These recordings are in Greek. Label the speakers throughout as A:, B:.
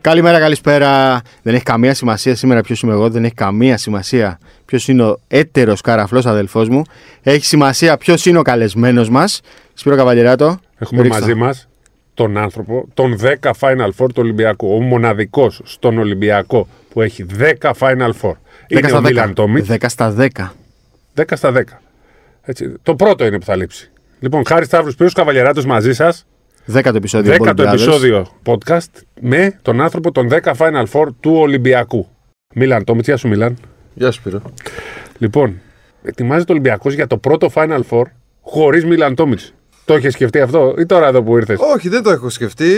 A: Καλημέρα, καλησπέρα. Δεν έχει καμία σημασία σήμερα ποιος είμαι εγώ, δεν έχει καμία σημασία ποιος είναι ο έτερος καραφλός αδελφός μου. Έχει σημασία ποιος είναι ο καλεσμένος μας. Σπύρο Καβαλιεράτο.
B: Έχουμε
A: ρίξτε.
B: μαζί μας τον άνθρωπο, τον 10 Final Four του Ολυμπιακού. Ο μοναδικός στον Ολυμπιακό που έχει 10 Final Four.
A: 10
B: Είναι ο Μίλαν
A: στα 10.
B: Τόμιτ,
A: 10 στα 10.
B: 10 στα 10. Έτσι, το πρώτο είναι που θα λείψει. Λοιπόν, χάρη Σταύρου Πύρου Καβαλιεράτος μαζί σας,
A: 10ο επεισόδιο.
B: 10
A: Ball
B: το
A: Brothers.
B: επεισόδιο podcast με τον άνθρωπο των 10 Final Four του Ολυμπιακού. Μίλαν Τόμιτ, γεια σου Μίλαν.
C: Γεια σου, Πύρο.
B: Λοιπόν, ετοιμάζεται ο Ολυμπιακός για το πρώτο Final Four χωρίς Μίλαν Τόμιτ. Το είχε σκεφτεί αυτό ή τώρα εδώ που ήρθες.
C: Όχι, δεν το έχω σκεφτεί.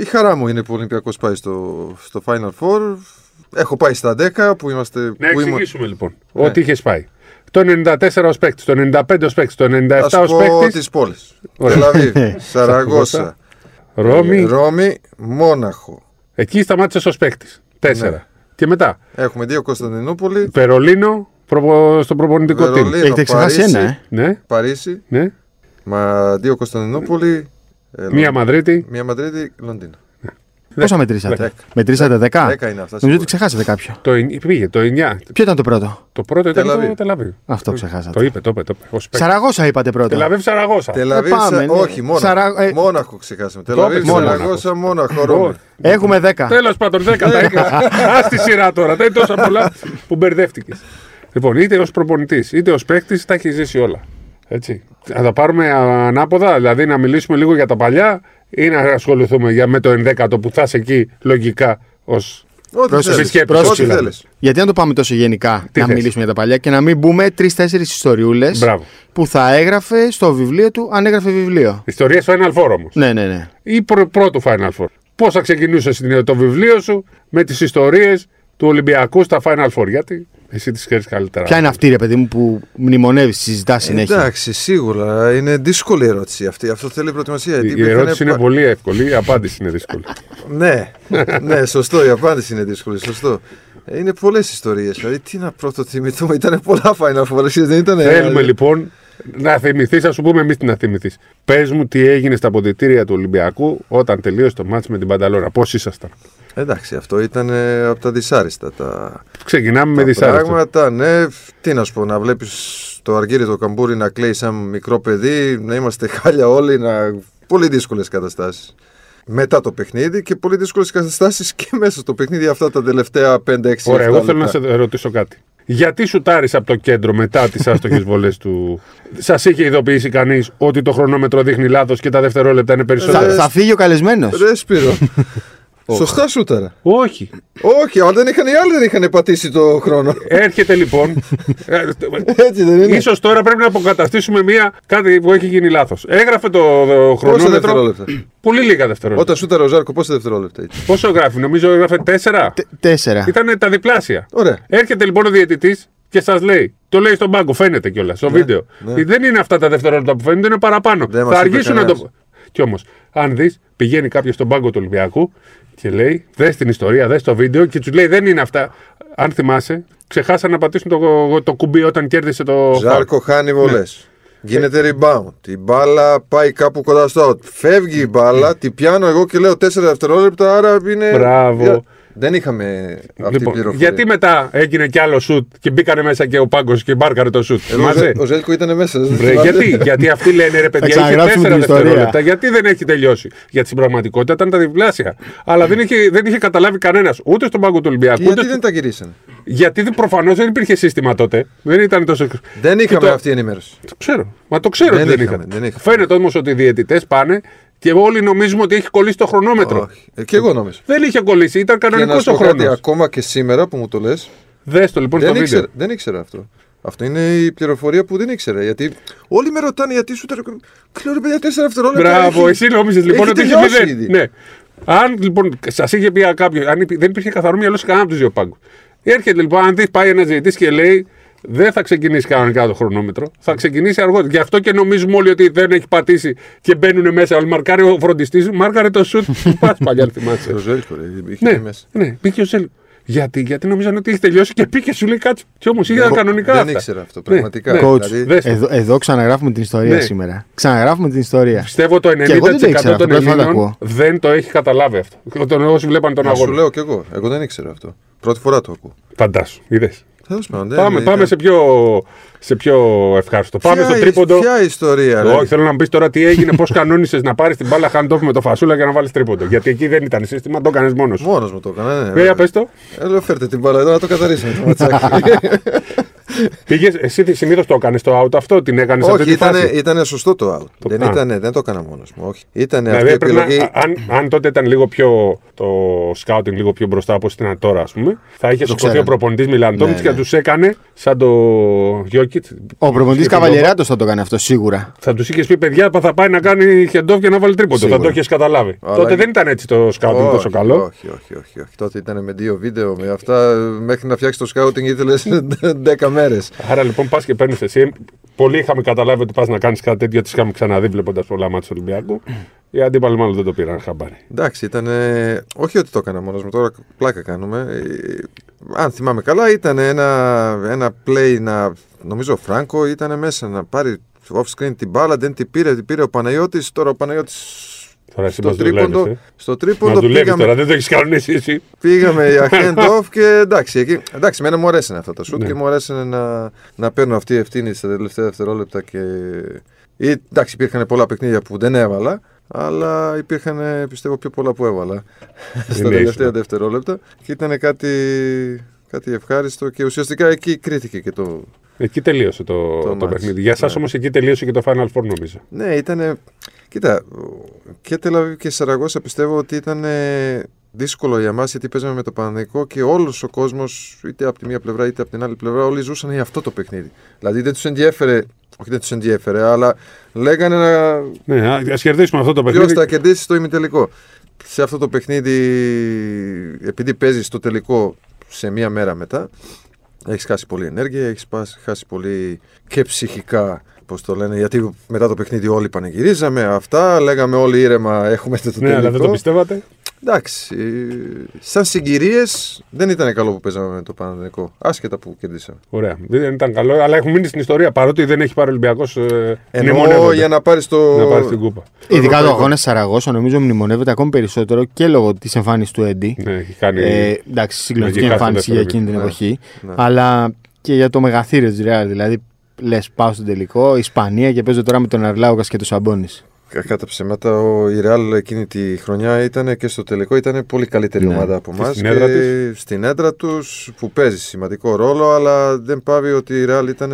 C: Η χαρά μου είναι που ο Ολυμπιακός πάει στο, στο Final Four. Έχω πάει στα 10 που είμαστε.
B: Να
C: που Ναι. είμαι-
B: εξηγήσουμε λοιπόν ότι είχες πάει. Το 94 ως παίκτης, το 95 ως παίκτης, το 97
C: Θα σου
B: ως
C: πω
B: παίκτης.
C: τις πόλεις.
B: Ωραία.
C: Τελαβίβ, Σαραγώσα,
B: Ρώμη.
C: Ρώμη, Μόναχο.
B: Εκεί σταμάτησες ως παίκτης.
C: Ναι.
B: Τέσσερα. Και μετά
C: Έχουμε δύο Κωνσταντινούπολη,
B: Περολίνο προπο- στο προπονητικό team.
C: Βερολίνο,
A: Έχετε ξεχάσει
C: Παρίσι,
A: ένα, ε.
B: Ναι,
C: Παρίσι,
B: ναι.
C: μα δύο Κωνσταντινούπολη, ε, Λον-
B: Μία Μαδρίτη.
C: μία Μαδρίτη, Λονδίνο.
A: Πόσα μετρήσατε.
C: Δέκα.
A: Μετρήσατε 10.
C: Δέκα είναι αυτά,
A: Νομίζω
C: σίγουρα.
A: ότι ξεχάσατε κάποιο.
B: Το, εν- πήγε το 9.
A: Ποιο ήταν το πρώτο.
B: Το πρώτο ήταν
C: Τελαβίβ.
B: το Τελαβίβ.
A: Αυτό
B: Το
A: ξεχάσατε.
B: είπε, το είπε. Το είπε. Ως παίκτης.
A: Σαραγώσα είπατε πρώτο.
B: Τελαβίβ Σαραγώσα.
C: Τελαβίβ,
A: πάμε,
C: σα...
A: ναι.
C: όχι, Μόναχο.
A: Σαρα- ε,
C: Μόναχο ξεχάσαμε. Τελαβίβ,
B: είπες, Μόναχο.
C: Σαραγώσα, Μόναχος, Ρώμη.
A: Έχουμε 10.
B: Τέλος πάντων, 10 τα έκανα. Α τη σειρά τώρα. Τα είναι τόσα πολλά που μπερδεύτηκες. Λοιπόν, είτε ως προπονητής είτε ως παίκτης τα έχεις ζήσει όλα. Έτσι. Θα τα πάρουμε α, ανάποδα, δηλαδή να μιλήσουμε λίγο για τα παλιά ή να ασχοληθούμε για, με το 11ο που θα είσαι εκεί λογικά ως.
C: Ό,τι
A: Πρόσεξε,
C: θέλεις.
B: επισκέπτες,
C: Ό,τι
B: δηλαδή.
C: θέλεις.
A: Γιατί να το πάμε τόσο γενικά,
B: Τι
A: να
B: θες?
A: μιλήσουμε για τα παλιά και να μην μπούμε τρει-τέσσερι ιστοριούλες
B: Μπράβο.
A: που θα έγραφε στο βιβλίο του, αν έγραφε βιβλίο.
B: Ιστορίε Final Four όμως.
A: Ναι, ναι, ναι.
B: Ή πρω, πρώτου Final Four. Πώς θα ξεκινούσε το βιβλίο σου με τις ιστορίες του Ολυμπιακού στα Final Four. Γιατί εσύ τις ξέρεις καλύτερα.
A: Ποια είναι αυτή, ρε παιδί μου, που μνημονεύεις, συζητάς συνέχεια.
C: Ε, Εντάξει, σίγουρα είναι δύσκολη ερώτηση αυτή. Αυτό θέλει προετοιμασία. γιατί
B: Η
C: υπήρχαν
B: ερώτηση είναι
C: πα-
B: πολύ εύκολη, η απάντηση είναι δύσκολη.
C: Ναι, ναι, σωστό. Η απάντηση είναι δύσκολη. Σωστό. Ε, Είναι πολλές ιστορίες. Δηλαδή, τι να πρωτοθυμηθούμε, ήταν πολλά Final Four. ξέρεις, Δεν ήταν.
B: Θέλουμε λοιπόν να θυμηθείς, ας σου πούμε εμείς τι να θυμηθείς. Πες μου τι έγινε στα ποντιτήρια του Ολυμπιακού όταν τελείωσε το μάτς με την Πανταλόρα. Πώς ήσασταν.
C: Εντάξει, αυτό ήταν ε, από τα δυσάριστα. Τα,
B: Ξεκινάμε με
C: τα
B: δυσάρεστο.
C: πράγματα, ναι. Τι να σου πω, να βλέπεις το αργύρι το καμπούρι να κλαίει σαν μικρό παιδί, να είμαστε χάλια όλοι, να. Πολύ δύσκολες καταστάσεις. Μετά το παιχνίδι και πολύ δύσκολες καταστάσεις και μέσα στο παιχνίδι αυτά τα τελευταία 5-6 λεπτά.
B: Ωραία, εγώ θέλω να σε
C: λοιπόν.
B: ρωτήσω κάτι. Γιατί σου τάρισε από το κέντρο μετά τις άστοχες βολές του. Σας είχε ειδοποιήσει κανείς ότι το χρονόμετρο δείχνει λάθος και τα δευτερόλεπτα είναι
A: Θα,
B: περισσότερα.
C: Ε,
A: θα φύγει ο καλεσμένος.
C: Ρε Σπύρο. Σωστά σούταρα.
B: Όχι.
C: Όχι, αλλά δεν είχαν, οι άλλοι δεν είχαν πατήσει το
B: Ε,
C: χρόνο.
B: Έρχεται λοιπόν.
C: Έτσι δεν είναι.
B: Ίσως τώρα πρέπει να αποκαταστήσουμε μία κάτι που έχει γίνει λάθος. Έγραφε το, το
C: Πόσα
B: χρονόμετρο.
C: δευτερόλεπτα.
B: Πολύ λίγα δευτερόλεπτα.
C: Όταν σούταρα ο Ζάρκο, πόσα δευτερόλεπτα ήταν.
B: Πόσο γράφει, νομίζω έγραφε 4.
A: Τέσσερα.
B: Ήταν τα διπλάσια.
C: Ωραία.
B: Έρχεται λοιπόν ο διαιτητής και σας λέει. Το λέει στον πάγκο, φαίνεται κιόλας στο βίντεο. Ε, Δεν είναι αυτά τα δευτερόλεπτα που φαίνονται, είναι παραπάνω.
C: Ναι, Δεν μας
B: θα
C: είπε
B: αργήσουν να το.
C: κανένας.
B: Κι όμως, αν δεις, πηγαίνει κάποιος στον πάγκο του Ολυμπιακού και λέει: Δες την ιστορία, δες το βίντεο και τους λέει: Δεν είναι αυτά. Αν θυμάσαι, ξεχάσαν να πατήσουν το, το κουμπί όταν κέρδισε το.
C: Ζάρκο χάνει βολέ.
B: Ναι.
C: Γίνεται rebound. Η μπάλα πάει κάπου κοντά στο out. Φεύγει η
B: Ναι.
C: μπάλα, τη πιάνω εγώ και λέω 4 δευτερόλεπτα, άρα είναι.
B: Μπράβο.
C: Δεν είχαμε αυτή
B: φάουλ.
C: την
B: Λοιπόν,
C: πληροφορία.
B: γιατί μετά έγινε κι άλλο σουτ και μπήκανε μέσα και ο πάγκος και μπάρκαρε το σουτ.
C: Εδώ ο
B: Μαζί.
C: Ζε- Ο Ζέλκο ήταν μέσα. δεν
B: Ρε,
C: θυμάται.
B: γιατί, γιατί αυτοί λένε ρε παιδιά, είχε
A: ξαναγράψουμε
B: τέσσερα
A: την ιστορία.
B: δευτερόλεπτα. Γιατί δεν έχει τελειώσει. Γιατί στην πραγματικότητα ήταν τα διπλάσια. Αλλά δεν είχε, δεν είχε καταλάβει κανένας ούτε στον πάγκο του Ολυμπιακού.
C: Και
B: ούτε
C: Γιατί
B: στο-
C: δεν τα γυρίσανε.
B: γιατί προφανώς δεν υπήρχε σύστημα τότε. Δεν ήταν τόσο.
C: Δεν είχαμε
B: το-
C: αυτή η ενημέρωση.
B: Το ξέρω. Μα το ξέρω
C: Δεν
B: ότι δεν
C: είχαμε,
B: είχαν.
C: δεν είχαμε.
B: Φαίνεται όμως ότι οι διαιτητές πάνε και όλοι νομίζουμε ότι έχει κολλήσει το χρονόμετρο.
C: Όχι. Ε, Και εγώ νόμιζα.
B: Δεν είχε κολλήσει, ήταν
C: Και να
B: κανονικό
C: σου
B: ο
C: πω κάτι,
B: χρόνος.
C: ακόμα και σήμερα που μου το λες,
B: Δες το λοιπόν στο
C: δεν,
B: βίντεο.
C: ήξερα, δεν ήξερα αυτό. Αυτό είναι η πληροφορία που δεν ήξερα. Γιατί όλοι με ρωτάνε γιατί σου τρέχουν. Κλείνω παιδιά 4 δευτερόλεπτα.
B: Μπράβο,
C: έχει-
B: εσύ νόμιζες λοιπόν
C: έχει
B: ότι είχε
C: τελειώσει
B: μηδέν.
C: ήδη.
B: Ναι. Αν λοιπόν σας είχε πει κάποιο, αν υπή- δεν υπήρχε καθαρό μυαλό σε κανένα από τους δύο πάγκους. Έρχεται λοιπόν, αν δεις, πάει ένας διαιτητής και λέει δεν θα ξεκινήσει κανονικά το χρονόμετρο, θα ξεκινήσει αργότερα. Γι' αυτό και νομίζουμε όλοι ότι δεν έχει πατήσει και μπαίνουν μέσα. Αλλά μαρκάρει ο φροντιστής, μάρκαρε το σουτ. Πας παλιά, αν θυμάσαι.
C: Ο Ζέλκο, ρε, είχε
B: ναι,
C: μέσα.
B: ναι, πήγε ο Ζέλ. Γιατί, γιατί νομίζανε ότι έχει τελειώσει και πήγε και σου λέει κάτι. Και όμω ήταν
C: Δεν-
B: κανονικά.
C: Δεν
B: αυτά.
C: ήξερα αυτό,
B: Ναι,
C: πραγματικά.
B: ναι.
A: Coach,
C: Δηλαδή-
B: Δες το.
A: εδώ, εδώ ξαναγράφουμε την ιστορία
B: Ναι.
A: σήμερα. Ξαναγράφουμε την ιστορία.
B: Πιστεύω το 90%
A: εγώ δεν το ήξερα,
B: των
A: πρώτη φορά το
B: Ελλήνων
A: ακούω.
B: δεν το έχει καταλάβει αυτό. Όταν όσοι βλέπαν τον
C: Να σου
B: αγώνα.
C: λέω κι εγώ. Εγώ δεν ήξερα αυτό. Πρώτη φορά το ακούω.
B: Φαντάσου, είδες.
C: Τέλος πάντων, δεν-
B: Πάμε,
C: Ε, ναι, ήταν-
B: πάμε σε πιο, σε πιο ευχάριστο. Πάμε
C: Ποια
B: στο
C: η-
B: τρίποντο.
C: Ποια ιστορία, ρε.
B: Όχι, θέλω να μου πει τώρα τι έγινε, πώς κανόνισες να πάρεις την μπάλα hand off με το φασούλα για να βάλεις τρίποντο. Γιατί εκεί δεν ήταν σύστημα, το έκανες μόνος σου.
C: Μόνος μου το έκανα. Ναι,
B: Βέβαια, πες το.
C: Ε, λέω, φέρτε την μπάλα εδώ να το καθαρίσουμε το ματσάκι.
B: Πήγες, εσύ συνήθως το έκανες το out αυτό, την έκανες αυτή
C: Όχι,
B: τη
C: ήτανε,
B: φάση.
C: ήτανε σωστό το out.
B: Το-
C: δεν,
B: α.
C: ήτανε, δεν το έκανα μόνος μου. Όχι. Ήτανε
B: Δηλαδή,
C: Ε, αυτή η
B: έπρεπε να-
C: επιλογή.
B: α- αν, αν τότε ήταν λίγο πιο το scouting λίγο πιο μπροστά όπω ήταν τώρα, ας πούμε, θα είχε σηκωθεί ο
C: ξέρανε.
B: προπονητή Μιλαντόμιτ
C: Ναι,
B: και
C: ναι.
B: τους έκανε σαν το Γιώκητ.
A: Ο προπονητής Καβαλιεράτος θα το κάνει αυτό σίγουρα.
B: Θα τους είχες πει παιδιά, θα- θα πάει να κάνει hand off για να βάλει τρίποντο. Θα
C: Σίγουρα.
B: το είχες καταλάβει.
C: Αλλά-
B: Τότε δεν ήταν έτσι το scouting τόσο καλό.
C: όχι, όχι, όχι, όχι. Τότε ήταν με δύο βίντεο, με αυτά. Μέχρι να φτιάξεις το σκάουτινγκ ήθελε 10 μέρες.
B: Άρα λοιπόν πας και παίρνεις εσύ. Πολλοί είχαμε καταλάβει ότι πας να κάνεις κάτι τέτοιο, τις είχαμε ξαναδεί βλέποντας πολλά μάτια του Ολυμπιακού. Οι αντίπαλοι μάλλον δεν το πήραν χαμπάρι.
C: Εντάξει, ήταν. Όχι ότι το έκανα μόνος μου, τώρα πλάκα κάνουμε. Ε, Αν θυμάμαι καλά, ήταν ένα, ένα play να. Νομίζω ο Φράγκο ήταν μέσα να πάρει off-screen την μπάλα, δεν την πήρε, την πήρε ο Παναγιώτης. Τώρα ο Παναγιώτης
B: Τώρα εσύ μα
C: στο
B: δουλεύεις.
C: τρίποντο, στο
B: Μα
C: τρίποντο
B: δουλεύεις
C: πήγαμε,
B: τώρα, δεν το έχεις κανονίσει εσύ.
C: πήγαμε για hand off και εντάξει, εκεί, εντάξει, εμένα μου αρέσανε αυτά τα σουτ και μου αρέσανε να, να παίρνω αυτή η ευθύνη στα τελευταία δευτερόλεπτα και... Ή, εντάξει, υπήρχαν πολλά παιχνίδια που δεν έβαλα, αλλά υπήρχαν πιστεύω πιο πολλά που έβαλα στα
B: ήσουν.
C: τελευταία δευτερόλεπτα και ήταν κάτι, κάτι ευχάριστο και ουσιαστικά εκεί κρίθηκε και το...
B: Εκεί τελείωσε το, το,
C: Το μάτς.
B: παιχνίδι. Για εσάς
C: Ναι.
B: όμως εκεί τελείωσε και το Final Four νομίζω.
C: Ναι, ήταν. Κοίτα, και Τελαβή και Σαραγώσα πιστεύω ότι ήταν δύσκολο για μας γιατί παίζαμε με το Παναδικό και όλος ο κόσμος, είτε από τη μία πλευρά είτε από την άλλη πλευρά, όλοι ζούσαν για αυτό το παιχνίδι. Δηλαδή δεν τους ενδιέφερε, όχι δεν τους ενδιέφερε, αλλά λέγανε να.
B: Ναι, α ας κερδίσουμε αυτό το
C: Ποιος
B: παιχνίδι.
C: θα κερδίσει το ημιτελικό. Σε αυτό το παιχνίδι, επειδή παίζεις το τελικό σε μία μέρα μετά, έχεις χάσει πολύ ενέργεια, έχεις χάσει πολύ και ψυχικά. Πώς το λένε, γιατί μετά το παιχνίδι όλοι πανηγυρίζαμε αυτά, λέγαμε όλοι ήρεμα έχουμε το
B: Ναι,
C: τελικό.
B: αλλά δεν το πιστεύατε.
C: Εντάξει, ε, σαν συγκυρίες δεν ήταν καλό που παίζαμε με το Παναδενικό, άσχετα που κερδίσαμε.
B: Ωραία. Δεν ήταν καλό, αλλά έχουν μείνει στην ιστορία παρότι δεν έχει πάρει ο Ολυμπιακός.
C: Ενώ για να πάρεις το.
B: ναι. να πάρεις την κούπα.
A: Ειδικά το
C: Ευρωπαϊκό.
A: αγώνα Σαραγώσα νομίζω μνημονεύεται ακόμη περισσότερο και λόγω της εμφάνισης του Έντι.
B: Ναι, έχει κάνει.
A: Ε, εντάξει, συγκλονιστική
B: Λογικά στο
A: εμφάνιση για
B: δεύτερο
A: εκείνη την
C: μήνα.
A: εποχή.
C: Ναι.
A: Αλλά και για το μεγαθύριο της Ρεάλ. Δηλαδή, λες, πάω στον τελικό, Ισπανία και παίζω τώρα με τον Αρλάουκας και τον Σαμπόνι.
C: Κα- Κατά ψέματα, ο, η Ρεάλ εκείνη τη χρονιά ήταν και στο τελικό ήταν πολύ καλύτερη
A: Ναι.
C: ομάδα από
B: Και
C: εμάς.
B: στην έδρα
C: στην έδρα τους που παίζει σημαντικό ρόλο, αλλά δεν πάβει ότι η Ρεάλ ήταν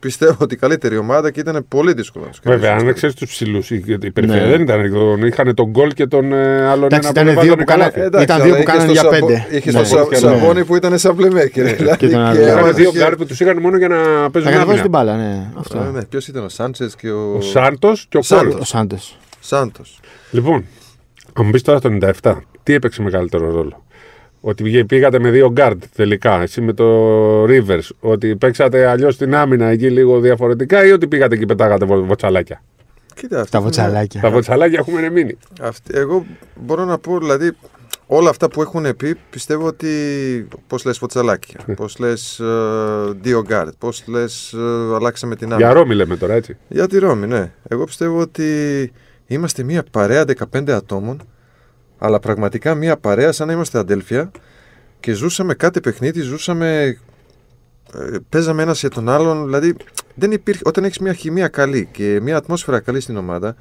C: πιστεύω ότι η καλύτερη ομάδα και ήταν πολύ δύσκολο να τους
B: Βέβαια, αν ξέρει τους ψηλούς, η περιφέρεια
A: Ναι.
B: δεν ήταν. τον- Είχαν τον γκολ και τον ε, άλλον
A: Εντάξει,
B: ένα
A: ήταν
B: που
A: δύο
B: έβαλε
A: που κάνα-
C: Ε,
B: καλάθι.
A: Ήταν δύο που κάνανε για πέντε.
C: Είχε
A: Ναι.
C: τον Σα-
B: Ναι.
C: Σαββόνι που ήταν σαν playmaker. δηλαδή,
A: τον άλλο.
C: και
A: Έκανε
B: Είχαν
C: έβαζε
B: δύο
C: και-
B: γκάρ που τους είχαν μόνο για να
A: Θα
B: παίζουν
A: καταβάλει
B: άμυνα.
A: την μπάλα, ναι. Αυτό.
C: Ε, ναι, Ποιος ήταν ο Σάντσες και
B: Ο
C: ο
B: Σάντος και ο Κόλ.
C: Σάντος.
A: Ο Σάντο.
C: Σάντο.
B: Λοιπόν, αν μου πει τώρα το 97, τι έπαιξε μεγαλύτερο ρόλο. Ότι πήγε- πήγατε με δύο γκάρτ τελικά, εσύ με το Rivers, ότι παίξατε αλλιώς την άμυνα εκεί λίγο διαφορετικά ή ότι πήγατε και πετάγατε βο- βοτσαλάκια.
C: Κοίτα, αυτή
A: Τα
C: είναι-
A: βοτσαλάκια.
B: Ναι. Τα βοτσαλάκια έχουμε μείνει.
C: Αυτή, εγώ μπορώ να πω, δηλαδή, όλα αυτά που έχουν πει, πιστεύω ότι. Πώς λες φωτσαλάκια, πώς λες ε, δύο γκάρτ, πώς λες ε, αλλάξαμε την άμυνα.
B: Για Ρώμη λέμε τώρα, έτσι.
C: Για τη Ρώμη, ναι. Εγώ πιστεύω ότι είμαστε μια παρέα 15 ατόμων, αλλά πραγματικά μια παρέα σαν να είμαστε αδέλφια και ζούσαμε κάθε παιχνίδι, ζούσαμε. ε, Παίζαμε ένα για τον άλλον. Δηλαδή, δεν υπήρχε, όταν έχεις μια χημεία καλή και μια ατμόσφαιρα καλή στην ομάδα,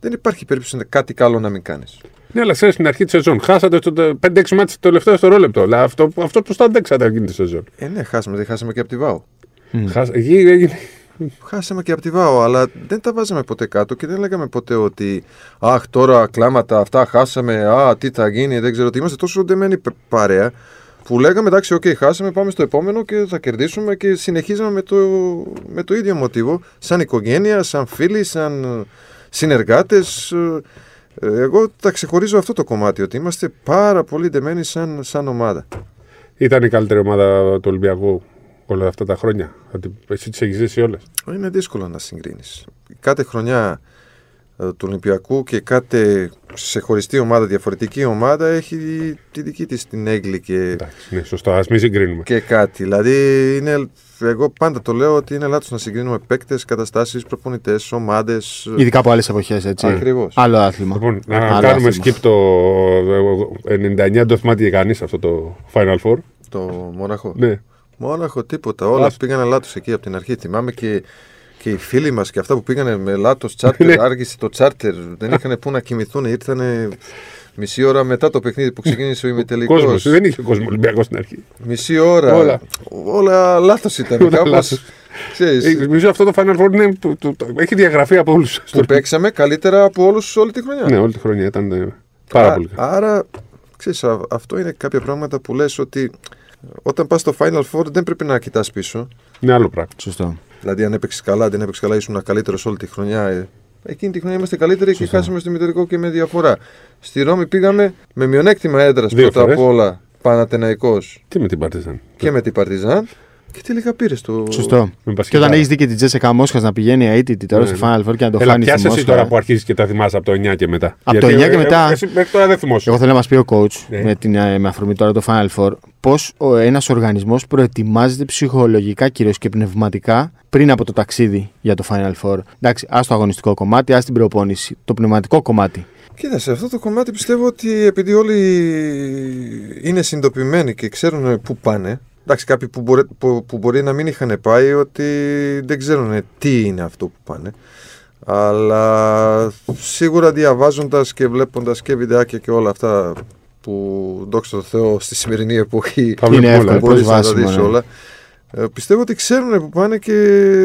C: δεν υπάρχει περίπτωση να- κάτι καλό να μην κάνεις.
B: Ναι, αλλά ξέρεις στην αρχή της σεζόν. Χάσατε στο τε- 5-6 μάτς το τελευταίο δευτερόλεπτο. Αλλά αυτό, αυτό που τα αντέξατε εκείνη τη σεζόν.
C: Ε, ναι, χάσαμε, δεν χάσαμε και από τη ΒΑΟ.
B: Χάσα- Εκεί έγινε.
C: Χάσαμε και από τη ΒΑΟ, αλλά δεν τα βάζαμε ποτέ κάτω και δεν λέγαμε ποτέ ότι Αχ, τώρα κλάματα αυτά χάσαμε. Α, τι θα γίνει, δεν ξέρω τι. Είμαστε τόσο ντεμένοι πε- παρέα που λέγαμε εντάξει, οκ, χάσαμε, πάμε στο επόμενο και θα κερδίσουμε και συνεχίζαμε με το, με το ίδιο μοτίβο. Σαν οικογένεια, σαν φίλοι, σαν συνεργάτες. Εγώ τα ξεχωρίζω αυτό το κομμάτι, ότι είμαστε πάρα πολύ ντεμένοι σαν, σαν ομάδα.
B: Ήταν η καλύτερη ομάδα του Ολυμπιακού όλα αυτά τα χρόνια. Ότι εσύ τις έχεις ζήσει όλες.
C: Είναι δύσκολο να συγκρίνεις. Κάθε χρονιά ε, του Ολυμπιακού και κάθε σε χωριστή ομάδα, διαφορετική ομάδα, έχει τη δική της την έγκλη και,
B: Εντάξει, ναι, σωστά. Ας μην συγκρίνουμε.
C: και κάτι. Δηλαδή, είναι, εγώ πάντα το λέω ότι είναι λάθος να συγκρίνουμε παίκτες, καταστάσεις, προπονητές, ομάδες. ε,
A: Ειδικά από άλλες εποχές, έτσι.
C: Ακριβώς.
A: Άλλο άθλημα.
B: Λοιπόν, να
A: Άλλο
B: κάνουμε
A: άθλημα.
B: skip το ε, 99, το θυμάται κανείς αυτό το Final Four.
C: Το Μόναχο.
B: Ναι.
C: Μόναχο, τίποτα. Όλα πήγανε λάθο εκεί από την αρχή. Θυμάμαι και, και οι φίλοι μας και αυτά που πήγανε με λάθο
B: Ναι.
C: τσάρτερ. άργησε το τσάρτερ. Δεν είχαν πού να κοιμηθούν. Ήρθανε μισή ώρα μετά το παιχνίδι που ξεκίνησε ο ημιτελικός.
B: Κόσμος. Δεν είχε κόσμο Ολυμπιακός στην αρχή.
C: Μισή ώρα.
B: Όλα.
C: Όλα λάθος ήταν.
B: Όλα
C: Κάπως.
B: λάθος. Ε, Νομίζω αυτό το Final Four είναι, το- το- το- έχει διαγραφεί από όλους.
C: Που παίξαμε καλύτερα από όλους όλη τη χρονιά.
B: Ναι, όλη τη χρονιά ήταν ε, πάρα
C: Α-
B: πολύ καλό.
C: Άρα, ξέρεις, α- αυτό είναι κάποια πράγματα που λες ότι όταν πας στο Final Four δεν πρέπει να κοιτάς πίσω.
B: Είναι άλλο πράγμα.
A: Σωστό.
C: Δηλαδή, αν έπαιξες καλά, αν δεν έπαιξες καλά, ήσουν καλύτερος όλη τη χρονιά. Ε, Εκείνη τη χρονιά είμαστε καλύτεροι και χάσαμε στο μητελικό και με διαφορά. Στη Ρώμη πήγαμε με μειονέκτημα έδρα
B: Δύο
C: πρώτα
B: φορές.
C: απ' όλα Πανατεναϊκό
B: Τι με την Παρτίζαν.
C: και με την Παρτιζάν και τελικά πήρες το.
A: Σωστό.
B: Με
A: Και όταν
B: Πασκετάρα.
A: έχεις δει και την Τζέσσεκα Μόσχας να πηγαίνει αίτητη τώρα
B: Ναι,
A: στο Final Four και να το
B: Έλα,
A: χάνει
B: πιάσε
A: στη
B: εσύ
A: Μόσχα.
B: τώρα που αρχίζεις και τα θυμάσαι από το 9 και μετά. ε,
A: Από το 9 και μετά.
B: Εσύ μέχρι τώρα δεν θυμόσαι.
A: Εγώ θέλω να μας πει ο coach,
B: Ναι.
A: με, την, ε, με αφορμή τώρα το Final Four, πώς ένας οργανισμός προετοιμάζεται ψυχολογικά κυρίως και πνευματικά πριν από το ταξίδι για το Final Four. Εντάξει, ας το αγωνιστικό κομμάτι, ας την προπόνηση. Το πνευματικό κομμάτι.
C: Κοίτα, σε αυτό το κομμάτι πιστεύω ότι επειδή όλοι είναι συνειδητοποιημένοι και ξέρουν πού πάνε. Εντάξει, κάποιοι που μπορεί, που, που μπορεί να μην είχαν πάει ότι δεν ξέρουν τι είναι αυτό που πάνε. Αλλά σίγουρα διαβάζοντας και βλέποντας και βιντεάκια και όλα αυτά που δόξα τω Θεώ στη σημερινή εποχή
B: Τα βλέπουμε
A: Είναι
B: όλα,
A: εύκολο,
C: Μπορείς να τα
A: προσβάσιμο,
C: δεις
A: ναι.
C: όλα. Ε, πιστεύω ότι ξέρουν που πάνε και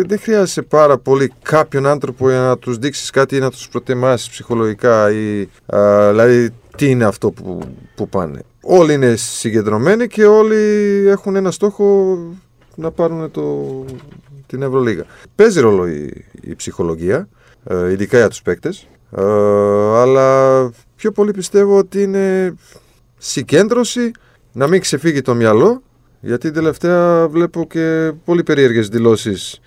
C: δεν χρειάζεσαι πάρα πολύ κάποιον άνθρωπο για να τους δείξεις κάτι ή να τους προτεμάσεις ψυχολογικά ή α, δηλαδή τι είναι αυτό που, που πάνε. Όλοι είναι συγκεντρωμένοι και όλοι έχουν ένα στόχο να πάρουν το, την Ευρωλίγα. Παίζει ρόλο η, η ψυχολογία, ε, ειδικά για τους παίκτες, ε, αλλά πιο πολύ πιστεύω ότι είναι συγκέντρωση, να μην ξεφύγει το μυαλό, γιατί τελευταία βλέπω και πολύ περίεργες δηλώσεις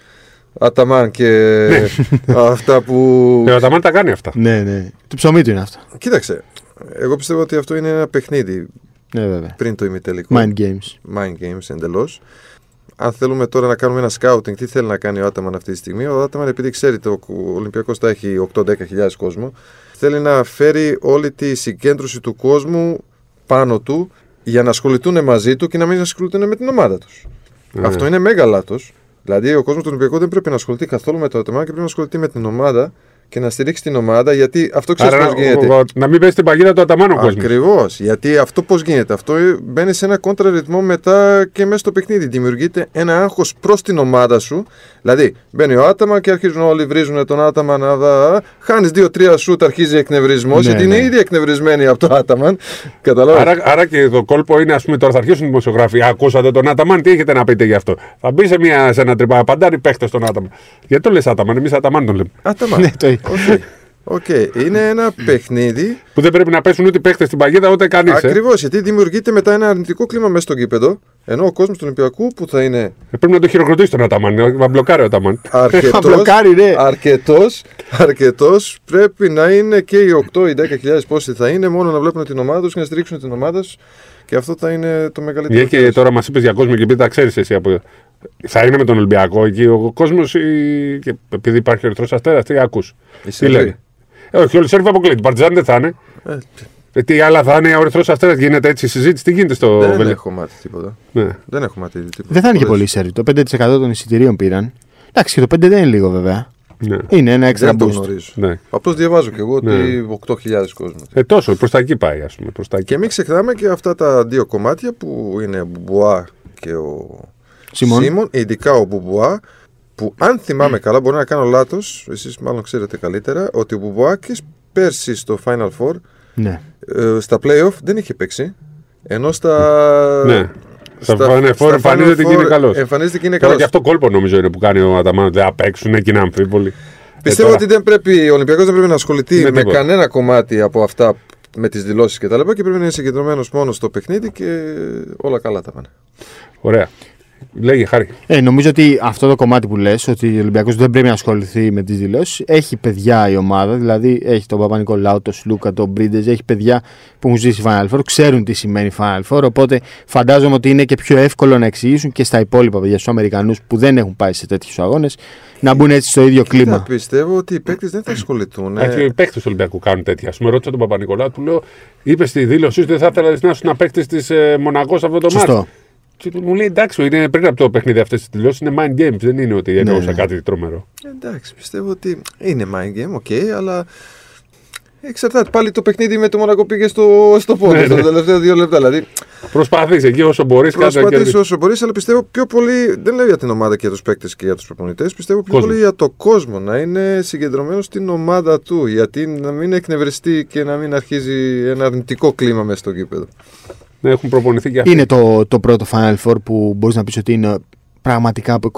C: Αταμάν και αυτά που...
B: Ε, Ο Αταμάν τα κάνει αυτά.
A: Ναι, ναι. Το ψωμί του είναι αυτό.
C: Κοίταξε, εγώ πιστεύω ότι αυτό είναι ένα παιχνίδι
A: Ναι, βέβαια.
C: πριν το ημιτελικό.
B: Λοιπόν.
A: Mind games.
C: Mind Games εντελώς. Αν θέλουμε τώρα να κάνουμε ένα scouting, τι θέλει να κάνει ο Άταμαν αυτή τη στιγμή. Ο Άταμαν, επειδή ξέρει το Ολυμπιακό θα έχει 8-10.000 κόσμο, θέλει να φέρει όλη τη συγκέντρωση του κόσμου πάνω του για να ασχοληθούν μαζί του και να μην ασχοληθούν με την ομάδα τους.
B: Ναι.
C: Αυτό είναι μέγα λάθος. Δηλαδή, ο κόσμος του Ολυμπιακού δεν πρέπει να ασχοληθεί καθόλου με το Άταμαν και πρέπει να ασχοληθεί με την ομάδα και να στηρίξει την ομάδα γιατί αυτό ξέρεις
B: Άρα
C: πώς γίνεται.
B: ο- ο- να μην πέσει την παγίδα του Αταμάν ο κόσμο.
C: Ακριβώς. Γιατί αυτό πώς γίνεται. Αυτό ε, μπαίνει σε ένα κόντρα ρυθμό μετά και μέσα στο παιχνίδι. Δημιουργείται ένα άγχος προς την ομάδα σου. Δηλαδή, μπαίνει ο άταμα και αρχίζουν όλοι βρίζουν τον άταμα να δα. Χάνεις δύο-τρία σουτ, αρχίζει εκνευρισμός.
A: Ναι,
C: γιατί είναι
A: ναι.
C: ήδη εκνευρισμένοι από το άταμα. Καταλάβει.
B: Άρα, άρα και το κόλπο είναι, ας πούμε, τώρα θα αρχίσουν οι δημοσιογράφοι. Ακούσατε τον Άταμαν, τι έχετε να πείτε γι' αυτό. Θα μπει σε, μια, σε ένα τρυπά, απαντάρει παίχτε τον Άταμαν. Γιατί το λες Άταμαν, εμείς Άταμαν τον λέμε.
C: Άταμα.
A: Ναι, το-
C: Οκ. Οκ. Είναι ένα παιχνίδι.
B: Που δεν πρέπει να πέσουν ούτε παίχτες στην παγίδα, ούτε ε. κανεί.
C: Ακριβώς. Γιατί δημιουργείται μετά ένα αρνητικό κλίμα μέσα στο γήπεδο. Ενώ ο κόσμος του Ολυμπιακού που θα είναι
B: Ε, Πρέπει να το χειροκροτήσει τον Άταμαν, ε, να μπλοκάρει ο Άταμαν.
C: αρκετός,
A: Μπλοκάρει, ναι.
C: αρκετός, αρκετός πρέπει να είναι και οι 8 ή 10 χιλιάδες πόσοι θα είναι μόνο να βλέπουν την ομάδα τους και να στηρίξουν την ομάδα τους και αυτό θα είναι το μεγαλύτερο.
B: Μια και τώρα μας είπες για κόσμο και επειδή τα ξέρεις εσύ από. Θα είναι με τον Ολυμπιακό εκεί. Ο κόσμος. Και επειδή υπάρχει ερυθρός αστέρας, τι ακούς. Τι
C: Σέρβοι.
B: λένε. Ε, όχι, όλοι οι Σέρβοι αποκλείονται. Η Παρτιζάν δεν θα είναι.
C: Ε,
B: Ε, τι άλλα θα είναι, ο ερυθρός αστέρας γίνεται έτσι η συζήτηση. Τι γίνεται στο
C: δεν
B: Βελ-
C: έχω μάθει τίποτα.
B: Ναι.
C: Δεν έχω μάθει τίποτα.
A: Δεν θα είναι και
C: Πολλές.
A: πολύ σερβι. Το 5% των εισιτηρίων πήραν. Εντάξει, και το 5 δεν είναι λίγο βέβαια.
B: Ναι.
A: Είναι ένα extra
C: Δεν το
A: boost.
C: γνωρίζω.
B: Ναι.
C: Απλώς διαβάζω κι εγώ ότι 8.000 κόσμος.
B: Ε, τόσο, προς τα εκεί πάει, ας πούμε. Προς τα εκεί.
C: Και μην ξεχνάμε και αυτά τα δύο κομμάτια που είναι ο Μπουμπουά και ο
A: Σιμών.
C: ειδικά ο Μπουμπουά, που αν θυμάμαι καλά, μπορεί να κάνω λάθος, εσείς μάλλον ξέρετε καλύτερα, ότι ο Μπουμπουά και πέρσι στο Final Four
A: Ναι.
C: ε, στα playoff δεν είχε παίξει. Ενώ ε, στα.
B: Ναι. Στα Final Four εμφανίζεται
C: Final
B: και είναι
C: Four ε,
B: καλός.
C: Εμφανίζεται και είναι
B: Καλά, και
C: καλό.
B: αυτό κόλπο νομίζω είναι που κάνει ο Αταμάν. Δεν θα παίξουν εκεί να αμφίβολοι.
C: Πιστεύω
B: Ε, τώρα,
C: ότι δεν πρέπει, ο Ολυμπιακός δεν πρέπει να ασχοληθεί
B: Με
C: με,
B: τίποτα.
C: κανένα κομμάτι από αυτά με τις δηλώσεις και τα λοιπά και πρέπει να είναι συγκεντρωμένος μόνος στο παιχνίδι και όλα καλά τα πάνε.
B: Ωραία. Λέγε χάρη.
A: Ε, νομίζω ότι αυτό το κομμάτι που λες, ότι ο Ολυμπιακός δεν πρέπει να ασχοληθεί με τις δηλώσεις, έχει παιδιά η ομάδα, δηλαδή έχει τον Παπα-Νικολάου, τον Σλούκα, τον Μπρίντες, έχει παιδιά που έχουν ζήσει Final Four, ξέρουν τι σημαίνει Final Four, οπότε φαντάζομαι ότι είναι και πιο εύκολο να εξηγήσουν και στα υπόλοιπα παιδιά, στους Αμερικανούς που δεν έχουν πάει σε τέτοιους αγώνες, να μπουν έτσι στο ίδιο
C: Θα
A: κλίμα.
C: πιστεύω ότι οι παίκτες δεν θα ασχοληθούν. ε,
B: Ναι. οι παίκτες του Ολυμπιακού κάνουν τέτοια. Ας πούμε, ρώτησα τον Παπα-Νικολάου, του λέω: Είπες στη δήλωσή σου ότι δεν θα ήθελα να σου να παίκτη τη ε, Μονακός σε αυτό το
A: Σωστό.
B: μάτι. Και του- μου λέει: Εντάξει, είναι πριν από το παιχνίδι αυτές τις δηλώσεις. Είναι mind games, δεν είναι ότι εννοούσα
A: ναι.
B: κάτι τρομερό.
C: Εντάξει, πιστεύω ότι είναι mind game, οκ, αλλά εξαρτάται. Πάλι το παιχνίδι με το Μονακό πήγε στο, στο πόδι,
B: Ναι,
C: στα
B: ναι.
C: τελευταία δύο λεπτά. Δηλαδή,
B: Προσπαθείς εκεί όσο μπορείς, κάτι να
C: προσπαθήσει
B: κερδίσεις.
C: όσο μπορείς, αλλά πιστεύω πιο πολύ, δεν λέω για την ομάδα και για τους παίκτες και για τους προπονητές, πιστεύω πιο
B: Κόσμο.
C: πολύ για το κόσμο να είναι συγκεντρωμένος στην ομάδα του. Γιατί να μην εκνευριστεί και να μην αρχίζει ένα αρνητικό κλίμα μέσα στο γήπεδο.
B: Ναι, έχουν προπονηθεί και αυτοί.
A: Είναι το, το πρώτο Final Four που μπορείς να πεις ότι είναι πραγματικά από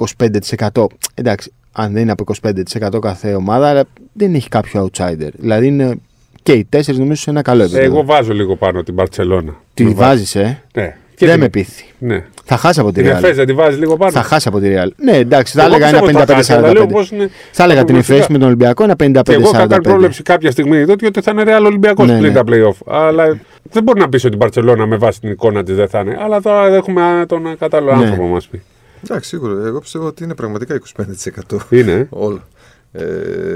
A: 25%. Εντάξει, αν δεν είναι από 25% κάθε ομάδα, αλλά δεν έχει κάποιο outsider. Δηλαδή είναι και οι τέσσερις νομίζω σε ένα καλό
B: Ε,
A: επίπεδο.
B: Εγώ βάζω λίγο πάνω την Παρσελώνα.
A: Τη βάζεις, ε.
B: Ναι. Και
A: Δεν
B: την-
A: με πείθει.
B: Ναι.
A: Θα χάσει από τη
B: Την
A: Real.
B: Εφέ δεν τη βάζει λίγο πάνω.
A: Θα χάσει από τη Real. Ναι, εντάξει, θα
B: Εγώ
A: έλεγα ένα
B: πιστεύω ότι θα χάσει, αλλά λέω
A: 55-45.
B: πώς είναι
A: Θα έλεγα την
B: προγνωστικά.
A: Εφέ με τον Ολυμπιακό ένα
B: Και εγώ είχα κάνει
A: 55-45.
B: πρόβλεψη κάποια στιγμή τότε ότι θα είναι ρεάλ Ολυμπιακός
A: Ναι,
B: πριν
A: ναι.
B: τα playoff. Αλλά δεν μπορεί να πεις ότι η Μπαρσελόνα με βάση την εικόνα της δεν θα είναι. Αλλά τώρα έχουμε α, τον κατάλληλο
A: Ναι.
B: άνθρωπο μας πει.
C: Εντάξει, σίγουρα. Εγώ πιστεύω ότι είναι πραγματικά 25%
B: Είναι. ε.
C: όλα. Ε,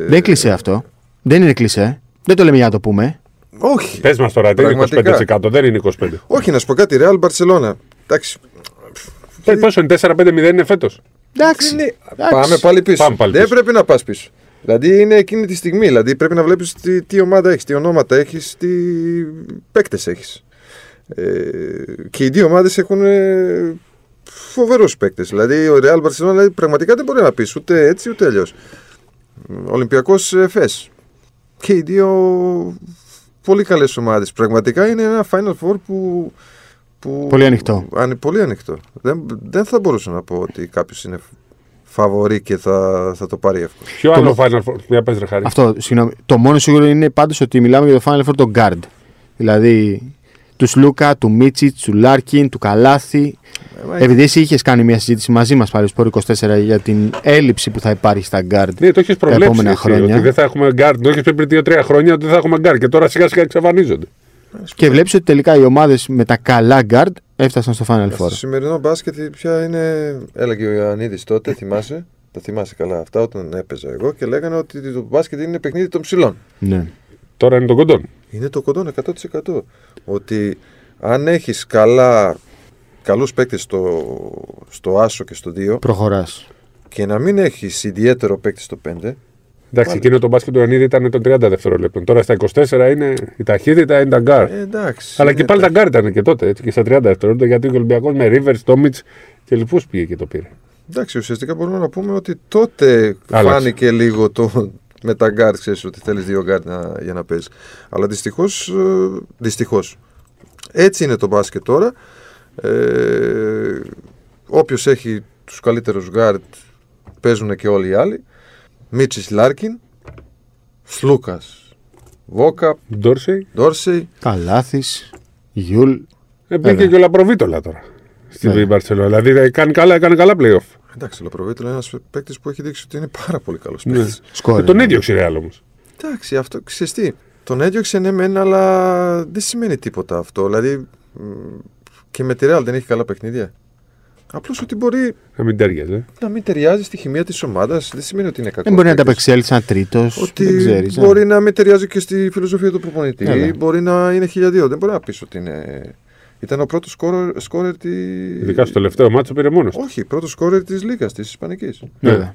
A: Δεν κλεισέ αυτό. Δεν είναι κλεισέ. Δεν το λέμε για να το πούμε.
C: Όχι.
B: Πες μας τώρα, δεν είναι
C: Πραγματικά.
B: 25%, δεν είναι 25.
C: Όχι, να σου πω κάτι. Real Barcelona. Εντάξει.
B: Ε, Πόσο είναι, 4-5-0 είναι φέτος.
A: Εντάξει.
C: Είναι-
A: εντάξει.
C: Πάμε πάλι πίσω.
B: Πάμε πάλι
C: Δεν
B: πίσω.
C: πρέπει να πας πίσω. Δηλαδή είναι εκείνη τη στιγμή. Δηλαδή πρέπει να βλέπεις τι, τι ομάδα έχεις, τι ονόματα έχεις, τι παίκτες έχεις. και οι δύο ομάδες έχουν ε, φοβερούς παίκτες. Δηλαδή ο Real Barcelona δηλαδή, πραγματικά δεν μπορεί να πεις ούτε έτσι ούτε αλλιώς. Ολυμπιακός ΦΕΣ. ε, Και οι δύο πολύ καλές ομάδες. Πραγματικά είναι ένα Final Four που. που
A: Πολύ ανοιχτό.
C: αν, πολύ ανοιχτό. Δεν, δεν θα μπορούσα να πω ότι κάποιος είναι φαβορή και θα, θα το πάρει εύκολα.
B: Ποιο άλλο Final Four. Μια πες, χάρη.
A: Αυτό, συγγνώμη. Το μόνο σίγουρο είναι πάντως ότι μιλάμε για το Final Four των Guard. Δηλαδή τους Σλούκα, του Μίτσι, του Λάρκιν, του Καλάθη.
C: μα-
A: Επειδή εσύ είχες κάνει μια συζήτηση μαζί μας πάλι στο 24 για την έλλειψη που θα υπάρχει στα Guard.
B: Ναι, το έχεις
A: τα
B: προβλέψει.
A: επόμενα
B: εσύ,
A: χρόνια.
B: Ότι δεν θα έχουμε γκάρ. Το έχεις πει πριν 2-3 χρόνια ότι δεν θα έχουμε γκάρ. Και τώρα σιγά σιγά εξαφανίζονται.
A: Και βλέπεις ότι τελικά οι ομάδες με τα καλά Guard έφτασαν στο Final
C: Στο
A: Four.
C: σημερινό μπάσκετ πια είναι. Έλεγε ο Ιωαννίδης τότε, θυμάσαι. Τα θυμάσαι καλά αυτά όταν έπαιζα εγώ και λέγανε ότι το μπάσκετ είναι παιχνίδι των ψηλών.
A: Ναι.
B: Τώρα είναι των κοντών.
C: Είναι το κοντόν 100%. Ότι αν έχεις καλά. Καλούς παίκτες στο, στο άσο και στο 2
A: Προχωράς.
C: και να μην έχεις ιδιαίτερο παίκτη στο 5
B: Εντάξει, εκείνο το μπάσκετ του Ιωαννίδη ήταν των 30 δευτερόλεπτων. Τώρα στα 24 είναι η ταχύτητα, είναι τα γκάρ.
C: ε, εντάξει
B: Αλλά και
C: είναι
B: πάλι τα γκάρ ήταν και τότε, έτσι, και στα 30 δευτερόλεπτα, γιατί ο Ολυμπιακός με Ρίβερ, Τόμιτ και λοιπούς πήγε και το πήρε.
C: Εντάξει, ουσιαστικά μπορούμε να πούμε ότι τότε
B: Άλλαξε.
C: φάνηκε λίγο το με τα γκάρτ, ξέρεις ότι θέλεις δύο γκάρτ να, για να παίζεις. Αλλά δυστυχώς, ε, δυστυχώς, έτσι είναι το μπάσκετ τώρα. Ε, όποιος έχει τους καλύτερους γκάρτ παίζουν και όλοι οι άλλοι. Μίτσις Λάρκιν, Σλούκας, Βόκα,
B: Ντόρσεϊ.
C: Ντόρσεϊ.
A: Καλάθης, Γιούλ.
B: Ε, Μπήκε και ο Λαπροβίτολα τώρα στην
A: Ναι.
B: ναι. Μπαρσελόνα. Δηλαδή ε, κάνει καλά, έκανε καλά playoff.
C: Εντάξει, ο Λαπροβίτολα είναι ένας παίκτης που έχει δείξει ότι είναι πάρα πολύ καλός
B: Ναι.
C: παίκτης.
A: Σκόρ.
B: Ε, τον ίδιο ξηρεάλ όμως.
C: Εντάξει, αυτό ξέρεις τι. Τον έδιωξε ναι μεν, αλλά δεν σημαίνει τίποτα αυτό. Δηλαδή μ, και με τη Real δεν έχει καλά παιχνίδια. Απλώ ότι μπορεί
B: Να μην τέριαζε.
C: να μην ταιριάζει στη χημεία της ομάδας δεν σημαίνει ότι είναι κακό.
A: Δεν μπορεί να
C: παίκτης.
A: ανταπεξέλθει σαν τρίτος.
C: Ότι
A: Δεν ναι. ξέρει.
C: μπορεί να μην ταιριάζει και στη φιλοσοφία του προπονητή.
A: Έλα.
C: Μπορεί να είναι χιλιαδίο. Δεν μπορεί να πεις ότι είναι. Ήταν ο πρώτος σκόρερ, σκόρερ τη.
B: Ειδικά στο τελευταίο μάτσο πήρε μόνος.
C: Όχι, πρώτος σκόρερ της Λίγας, της Ισπανικής.
A: Βέβαια.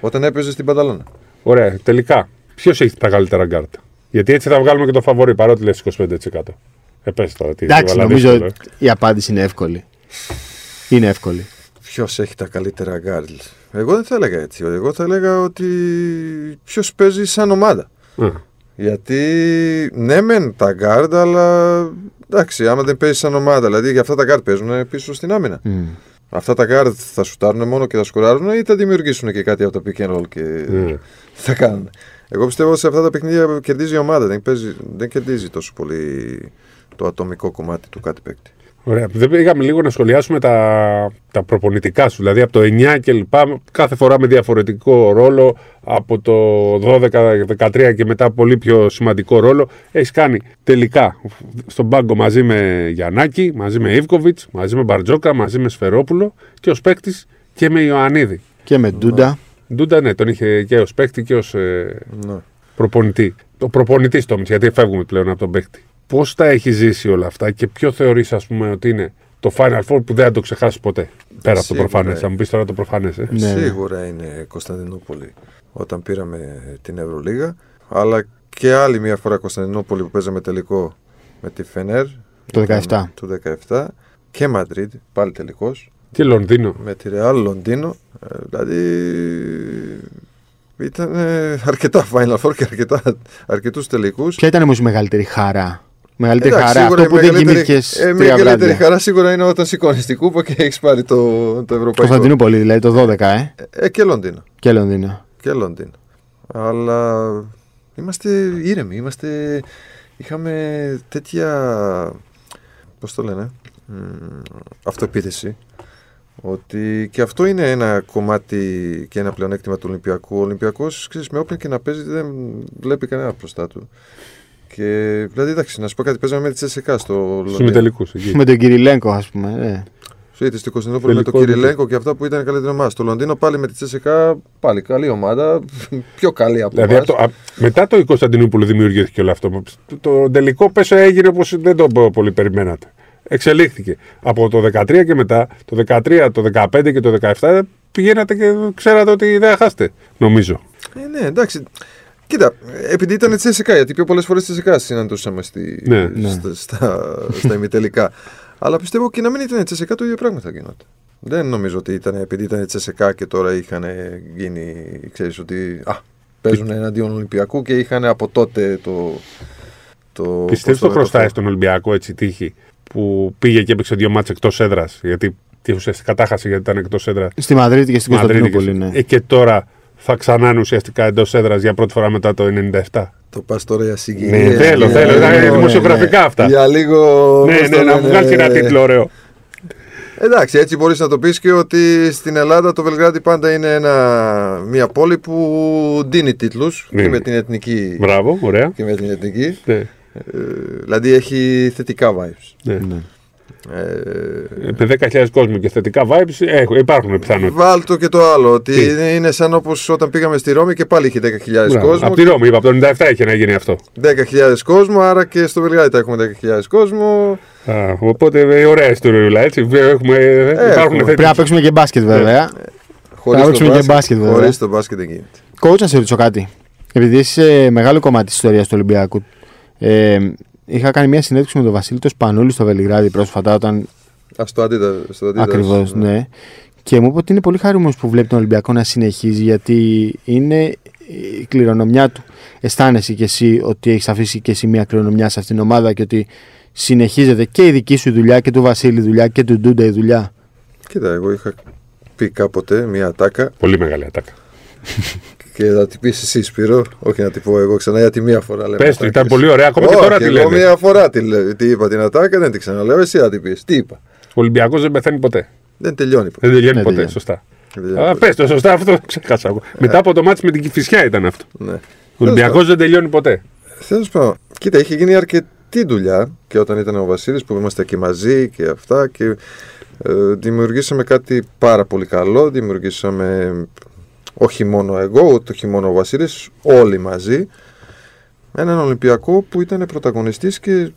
C: Όταν έπαιζε στην Πανταλώνα.
B: Ωραία, τελικά. Ποιος έχει τα καλύτερα γκάρτα. Γιατί έτσι θα βγάλουμε και το φαβορή παρότι λες 25%. Ε, πες τώρα τι. ε.
A: Εντάξει,
B: τι
A: νομίζω
B: βαλαδίσαι,
A: η απάντηση είναι εύκολη. Είναι εύκολη.
C: Ποιος έχει τα καλύτερα γκάρλ. Εγώ δεν θα έλεγα έτσι. Εγώ θα έλεγα ότι ποιος παίζει σαν ομάδα.
B: λέω. Α,
C: Γιατί ναι, μεν τα γκάρντ, αλλά εντάξει, άμα δεν παίζει σαν ομάδα, δηλαδή για αυτά τα γκάρντ παίζουν πίσω στην άμυνα.
A: Mm.
C: Αυτά τα γκάρντ θα σουτάρουν μόνο και θα σκοράρουν ή θα δημιουργήσουν και κάτι από τα pick and roll και
B: ναι.
C: θα κάνουν. Εγώ πιστεύω σε αυτά τα παιχνίδια κερδίζει η ομάδα. Δεν, παίζει, δεν κερδίζει τόσο πολύ το ατομικό κομμάτι του κάτι παίκτη.
B: Ωραία. Δεν πήγαμε λίγο να σχολιάσουμε τα, τα προπονητικά σου. Δηλαδή από το 9 και λοιπά, κάθε φορά με διαφορετικό ρόλο. Από το 12, 13 και μετά πολύ πιο σημαντικό ρόλο. Έχεις κάνει τελικά στον πάγκο μαζί με Γιαννάκη, μαζί με Ιβκοβιτ, μαζί με Μπαρτζόκα, μαζί με Σφερόπουλο και ως παίκτης και με Ιωαννίδη.
A: Και με Ντούντα.
B: Ντούντα, ναι, τον είχε και ως παίκτη και ως ε,
C: Ναι.
B: προπονητή. Το προπονητή στο γιατί φεύγουμε πλέον από τον παίκτη. Πώς τα έχει ζήσει όλα αυτά και ποιο θεωρείς, ας πούμε, ότι είναι το Final Four που δεν θα το ξεχάσεις ποτέ. Πέρα από το
C: σίγουρα,
B: προφανές.
C: ε.
B: Θα μου πεις τώρα το προφανές. Ε.
A: Ναι, ναι.
C: Σίγουρα είναι Κωνσταντινούπολη όταν πήραμε την Ευρωλίγα. Αλλά και άλλη μια φορά Κωνσταντινούπολη που παίζαμε τελικό με τη Φενέρ.
A: Το
C: Ήταν
A: 17.
C: Το 17. Και Μαδρίτη, πάλι τελικός.
B: Και Λονδίνο.
C: Με τη Ρεάλ Λονδίνο. Ε, Δηλαδή. Ήταν ε, αρκετά Final Four και αρκετά, αρκετούς τελικούς.
A: Ποια ήταν όμως η μεγαλύτερη χαρά. Μεγαλύτερη
C: Εντάξει,
A: χαρά.
C: σίγουρα
A: Αυτό που
C: η
A: δεν
C: μεγαλύτερη-
A: γινήκε
C: ε, Μια
A: τρία
C: καλύτερη
A: βράδια.
C: χαρά σίγουρα είναι όταν σηκώνεις την κούπα και έχεις πάρει το, το ευρωπαϊκό.
A: Κωνσταντινούπολη, δηλαδή το 12, ε.
C: Ε, και Λονδίνο.
A: Και Λονδίνο.
C: και Λονδίνο. Αλλά είμαστε ήρεμοι, είμαστε... είχαμε τέτοια, πώς το λένε, μ, αυτοπεποίθηση. Ότι και αυτό είναι ένα κομμάτι και ένα πλεονέκτημα του Ολυμπιακού. Ο Ολυμπιακός, ξέρεις, με όποιον και να παίζει δεν βλέπει κανένα μπροστά του. Και δηλαδή, εντάξει, να σου πω κάτι, παίζαμε με τη Τσεσεκά στο
B: Στου
C: Λονδίνο.
B: μετελικού.
A: Με τον Κυριλέγκο, ας πούμε. Ε.
C: Σουήτη στην Κωνσταντινούπολη με τον
B: Τελικό
C: Κυριλέγκο και αυτά που ήταν καλύτερα μας. Στο Λονδίνο πάλι με τη Τσεσεκά, πάλι καλή ομάδα. Πιο καλή από
B: Δηλαδή,
C: εμάς.
B: από το, α- μετά το Κωνσταντινούπολη δημιουργήθηκε όλο αυτό. Το, το τελικό πέσο έγινε όπως δεν το πολύ περιμένατε. Εξελίχθηκε. Από το 13 και μετά, το 13, το 15 και το 17 πηγαίνατε και ξέρατε ότι δεν θα χάσετε, νομίζω.
C: Ε, ναι, εντάξει. Κοίτα, επειδή ήταν τη ΕΣΕΚΑ, γιατί πιο πολλές φορές τη ΕΣΕΚΑ συναντούσαμε στη,
B: Ναι, ναι.
C: Στα, στα, στα ημιτελικά. Αλλά πιστεύω και να μην ήταν τη ΕΣΕΚΑ το ίδιο πράγμα θα γινόταν. Δεν νομίζω ότι ήταν επειδή ήταν τη ΕΣΕΚΑ και τώρα είχαν γίνει, ξέρεις ότι. Α, παίζουν εναντίον Ολυμπιακού και είχαν από τότε το. το
B: Πιστεύεις
C: πώς
B: το χρωστάει
C: λένε,
B: στον Ολυμπιακό έτσι τύχη που πήγε και έπαιξε δύο μάτσε εκτός έδρας. Γιατί τι ουσιαστικά τα χάσε γιατί ήταν εκτός έδρας.
A: Στη Μαδρίτη και στην
B: Μαδρίτη
A: Κωνσταντινούπολη, ναι.
B: Ε, και τώρα θα ξανά είναι ουσιαστικά εντός έδρας για πρώτη φορά μετά το 97.
C: Το πας τώρα για συγκυρία.
B: Ναι, θέλω,
C: για
B: θέλω.
C: λίγο,
B: Είναι
C: ναι,
B: δημοσιογραφικά
C: ναι.
B: αυτά.
C: Για λίγο.
B: Ναι,
C: πώς το
B: ναι, να
C: λένε, ε,
B: βγάλεις ένα τίτλο ωραίο.
C: Εντάξει, έτσι μπορείς να το πεις και ότι στην Ελλάδα το Βελγράδι πάντα είναι ένα, μια πόλη που δίνει τίτλους
B: Ναι.
C: και με την εθνική.
B: Μπράβο, ωραία.
C: Και με την εθνική.
B: Ναι,
C: Ε, δηλαδή έχει θετικά vibes.
B: ναι.
A: Ναι.
C: Ε,
B: Με 10.000 κόσμου και θετικά vibes έχω, υπάρχουν πιθανότητες.
C: βάλτο και το άλλο, ότι
B: Τι?
C: είναι, είναι σαν όπως όταν πήγαμε στη Ρώμη και πάλι είχε 10.000 κόσμο.
B: Από τη Ρώμη, είπα, από το 97 είχε να γίνει αυτό.
C: 10.000 κόσμο, άρα και στο Βελγράδι τα έχουμε 10.000 κόσμο.
B: Α, οπότε ε, ωραία ιστοριούλα, έτσι. Έχουμε, ε, υπάρχουν
C: Πρέπει
A: Πρέπει να
B: θετικές.
A: παίξουμε και
C: ε,
A: μπάσκετ, βέβαια.
C: Χωρίς
A: Θα παίξουμε και μπάσκετ, βέβαια.
C: χωρίς το μπάσκετ δεν γίνεται.
A: Κόουτς, να σε ρωτήσω κάτι. Επειδή είσαι μεγάλο κομμάτι της ιστορίας του Ολυμπιακού, ε, είχα κάνει μια συνέντευξη με τον Βασίλη το Σπανούλη στο Βελιγράδι πρόσφατα, όταν
C: Α, στο αντίτα. Στο Adidas,
A: ακριβώς, ναι. Και μου είπε ότι είναι πολύ χαρούμενος που βλέπει τον Ολυμπιακό να συνεχίζει, γιατί είναι η κληρονομιά του. Αισθάνεσαι κι εσύ ότι έχεις αφήσει κι εσύ μια κληρονομιά σε αυτήν την ομάδα και ότι συνεχίζεται και η δική σου δουλειά και του Βασίλη η δουλειά και του Ντούντα η δουλειά.
C: Κοίτα, εγώ είχα πει κάποτε μια ατάκα
B: Πολύ μεγάλη ατάκα.
C: Και θα την πεις εσύ, Σπύρο. Όχι να την πω εγώ ξανά, γιατί μία φορά λέμε.
B: Πες του,
C: ατάκες.
B: ήταν πολύ ωραία. Ακόμα και
C: Όχι,
B: τώρα τη
C: εγώ
B: λένε.
C: Μία φορά τη, λέ- τη είπα την ατάκα, δεν την ξαναλέω. Εσύ θα την πεις. Τι είπα.
B: Ο Ολυμπιακός δεν πεθαίνει ποτέ.
C: Δεν τελειώνει. ποτέ.
B: Δεν τελειώνει
A: Δεν
B: ποτέ,
A: τελειώνει.
B: σωστά.
C: Δεν τελειώνει
B: Ε, Α,
C: ποτέ.
B: πες το, σωστά αυτό το ξέχασα. εγώ.
C: Ε.
B: Μετά από το μάτι με την Κυφυσιά ήταν αυτό.
C: Ναι.
B: Ο Ολυμπιακός δεν τελειώνει ποτέ.
C: Θέλω να σου πω, κοίτα, είχε γίνει αρκετή δουλειά και όταν ήταν ο Βασίλης που είμαστε εκεί μαζί και αυτά. Και ε, δημιουργήσαμε κάτι πάρα πολύ καλό. Δημιουργήσαμε όχι μόνο εγώ, ούτε όχι μόνο ο Βασίλης, όλοι μαζί. Έναν Ολυμπιακό που ήταν πρωταγωνιστής και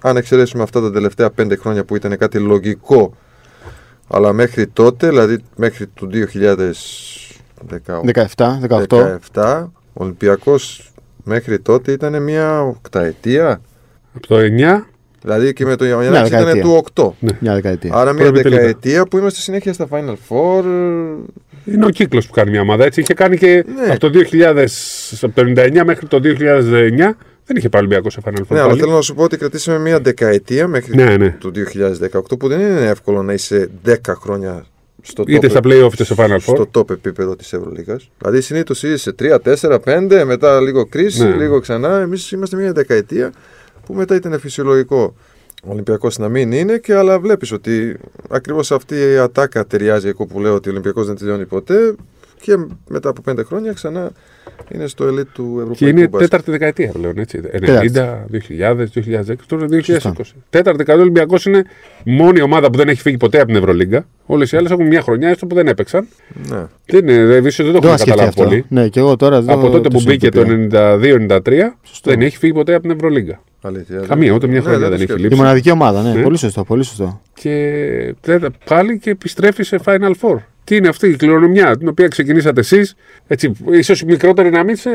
C: αν εξαιρέσουμε αυτά τα τελευταία πέντε χρόνια που ήταν κάτι λογικό. Αλλά μέχρι τότε, δηλαδή μέχρι το 2018.
A: 17, 18.
C: 17. Ο Ολυμπιακός μέχρι τότε ήταν μια οκταετία.
B: Από το 9
C: Δηλαδή και με
B: Ναι,
C: το Ιωαννάκη ήταν
A: δεκαετία.
C: του 8.
A: Μια δεκαετία.
C: Άρα μια
B: Πρώτη Ναι. τελικά.
C: δεκαετία που είμαστε συνέχεια στα Final Four.
B: είναι ο κύκλος που κάνει μια ομάδα. Έτσι. Είχε κάνει και
C: Ναι.
B: από το 2000, από το 99 μέχρι το 2009 δεν είχε πάει Ολυμπιακός σε Final Four.
C: Ναι, αλλά
B: πάλι.
C: θέλω να σου πω ότι κρατήσαμε μια δεκαετία μέχρι
B: Ναι, ναι.
C: το 2018 που δεν είναι εύκολο να είσαι 10 χρόνια στο
B: Είτε
C: top
B: στα play-off είτε στο Final Four.
C: στο top επίπεδο της Ευρωλίγα. Δηλαδή συνήθως είσαι 3, 4, 5, μετά λίγο κρίση,
B: Ναι.
C: λίγο ξανά. Εμείς είμαστε μια δεκαετία που μετά ήταν φυσιολογικό ο Ολυμπιακός να μην είναι, και, αλλά βλέπεις ότι ακριβώς αυτή η ατάκα ταιριάζει εκεί που λέω ότι ο Ολυμπιακός δεν τελειώνει ποτέ και μετά από πέντε χρόνια ξανά είναι στο ελίτ του Ευρωπαϊκού
B: Και είναι
C: μπάσκετ.
B: τέταρτη δεκαετία πλέον, έτσι. 90, 2000, 2010, τώρα 2020.
A: Σωστά.
B: Τέταρτη δεκαετία ο Ολυμπιακός είναι μόνη ομάδα που δεν έχει φύγει ποτέ από την Ευρωλίγκα. Όλες οι άλλες έχουν μια χρονιά έστω που δεν έπαιξαν.
C: Ναι.
B: Δεν, είναι, δεν, ίσως δεν
A: Δεν
B: το έχουμε
A: το σκεφτεί
B: καταλάβει
A: αυτό.
B: πολύ.
A: Ναι, και εγώ τώρα δεν
C: Ε,
B: από
A: το-
B: τότε
A: το
B: που μπήκε το
A: συνειδητοποιώ.
B: 92-93 δεν έχει φύγει ποτέ από την Ευρωλίγκα.
C: Αλήθεια.
B: Καμία, ούτε μια
C: Ναι,
B: χρονιά
C: δεν
B: δεν έχει
C: το σκέφτομαι.
A: Η
B: λείψει.
A: μοναδική ομάδα, ναι.
B: Ναι.
A: Πολύ σωστό, πολύ σωστό.
B: Και τέτα- πάλι και επιστρέφει σε Final Four. Τι είναι αυτή η κληρονομιά την οποία ξεκινήσατε εσείς. Έτσι, ίσως μικρότερη να μην σε,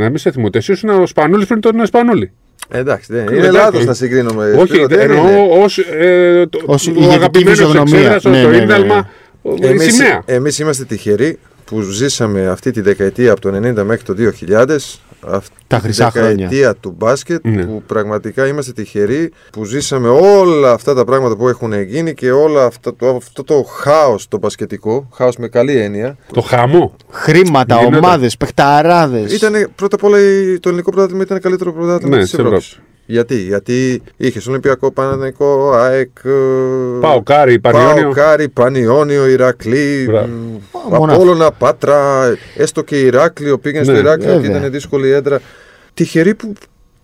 B: να μην σε θυμούνται. Εσύ ήσουν ο Σπανούλης πριν τον Σπανούλη.
C: Ε, Εντάξει, δεν είναι.
B: Εντάξει.
C: Είναι λάθος να συγκρίνουμε.
B: Όχι,
C: Σπύρο,
B: δεν
C: δεν είναι.
B: εννοώ ως ε, το-
A: Ως
B: ο
A: ηγετική
B: αγαπημένος
A: φυσιογνωμία.
B: εξέδρας,
A: Ναι,
B: το
A: ναι, ναι, ναι.
B: ίνταλμα, ο- η
C: Εμείς,
B: σημαία.
C: εμείς είμαστε τυχεροί που ζήσαμε αυτή τη δεκαετία από το 90 μέχρι το 2000 αυτή
A: Τα χρυσά
C: τη δεκαετία
A: χρόνια.
C: του μπάσκετ
B: Ναι.
C: που πραγματικά είμαστε τυχεροί που ζήσαμε όλα αυτά τα πράγματα που έχουν γίνει και όλα αυτά το, αυτό το χάος το μπασκετικό, χάος με καλή έννοια
B: Το χαμό.
A: Χρήματα,
B: Γινόταν.
A: ομάδες, παιχταράδες.
C: ήταν πρώτα απ' όλα η- το ελληνικό πρωτάθλημα ήταν καλύτερο πρωτάθλημα
B: Ναι,
C: της
B: της
C: Ευρώπης.
B: Ευρώπης.
C: Γιατί, γιατί είχες Ολυμπιακό, Παναθηναϊκό, ΑΕΚ, ε,
B: Πάω κάρι, Πανιόνιο.
C: Κάρι, Πανιόνιο, Ηρακλή,
B: Μπράβο.
C: μ,
A: Μονάχα.
C: Απόλλωνα, Πάτρα, έστω και Ηράκλειο. Πήγαινε στο
B: Ναι,
C: Ηράκλειο και
A: βέβαια.
C: ήταν δύσκολη έδρα. Τυχεροί που,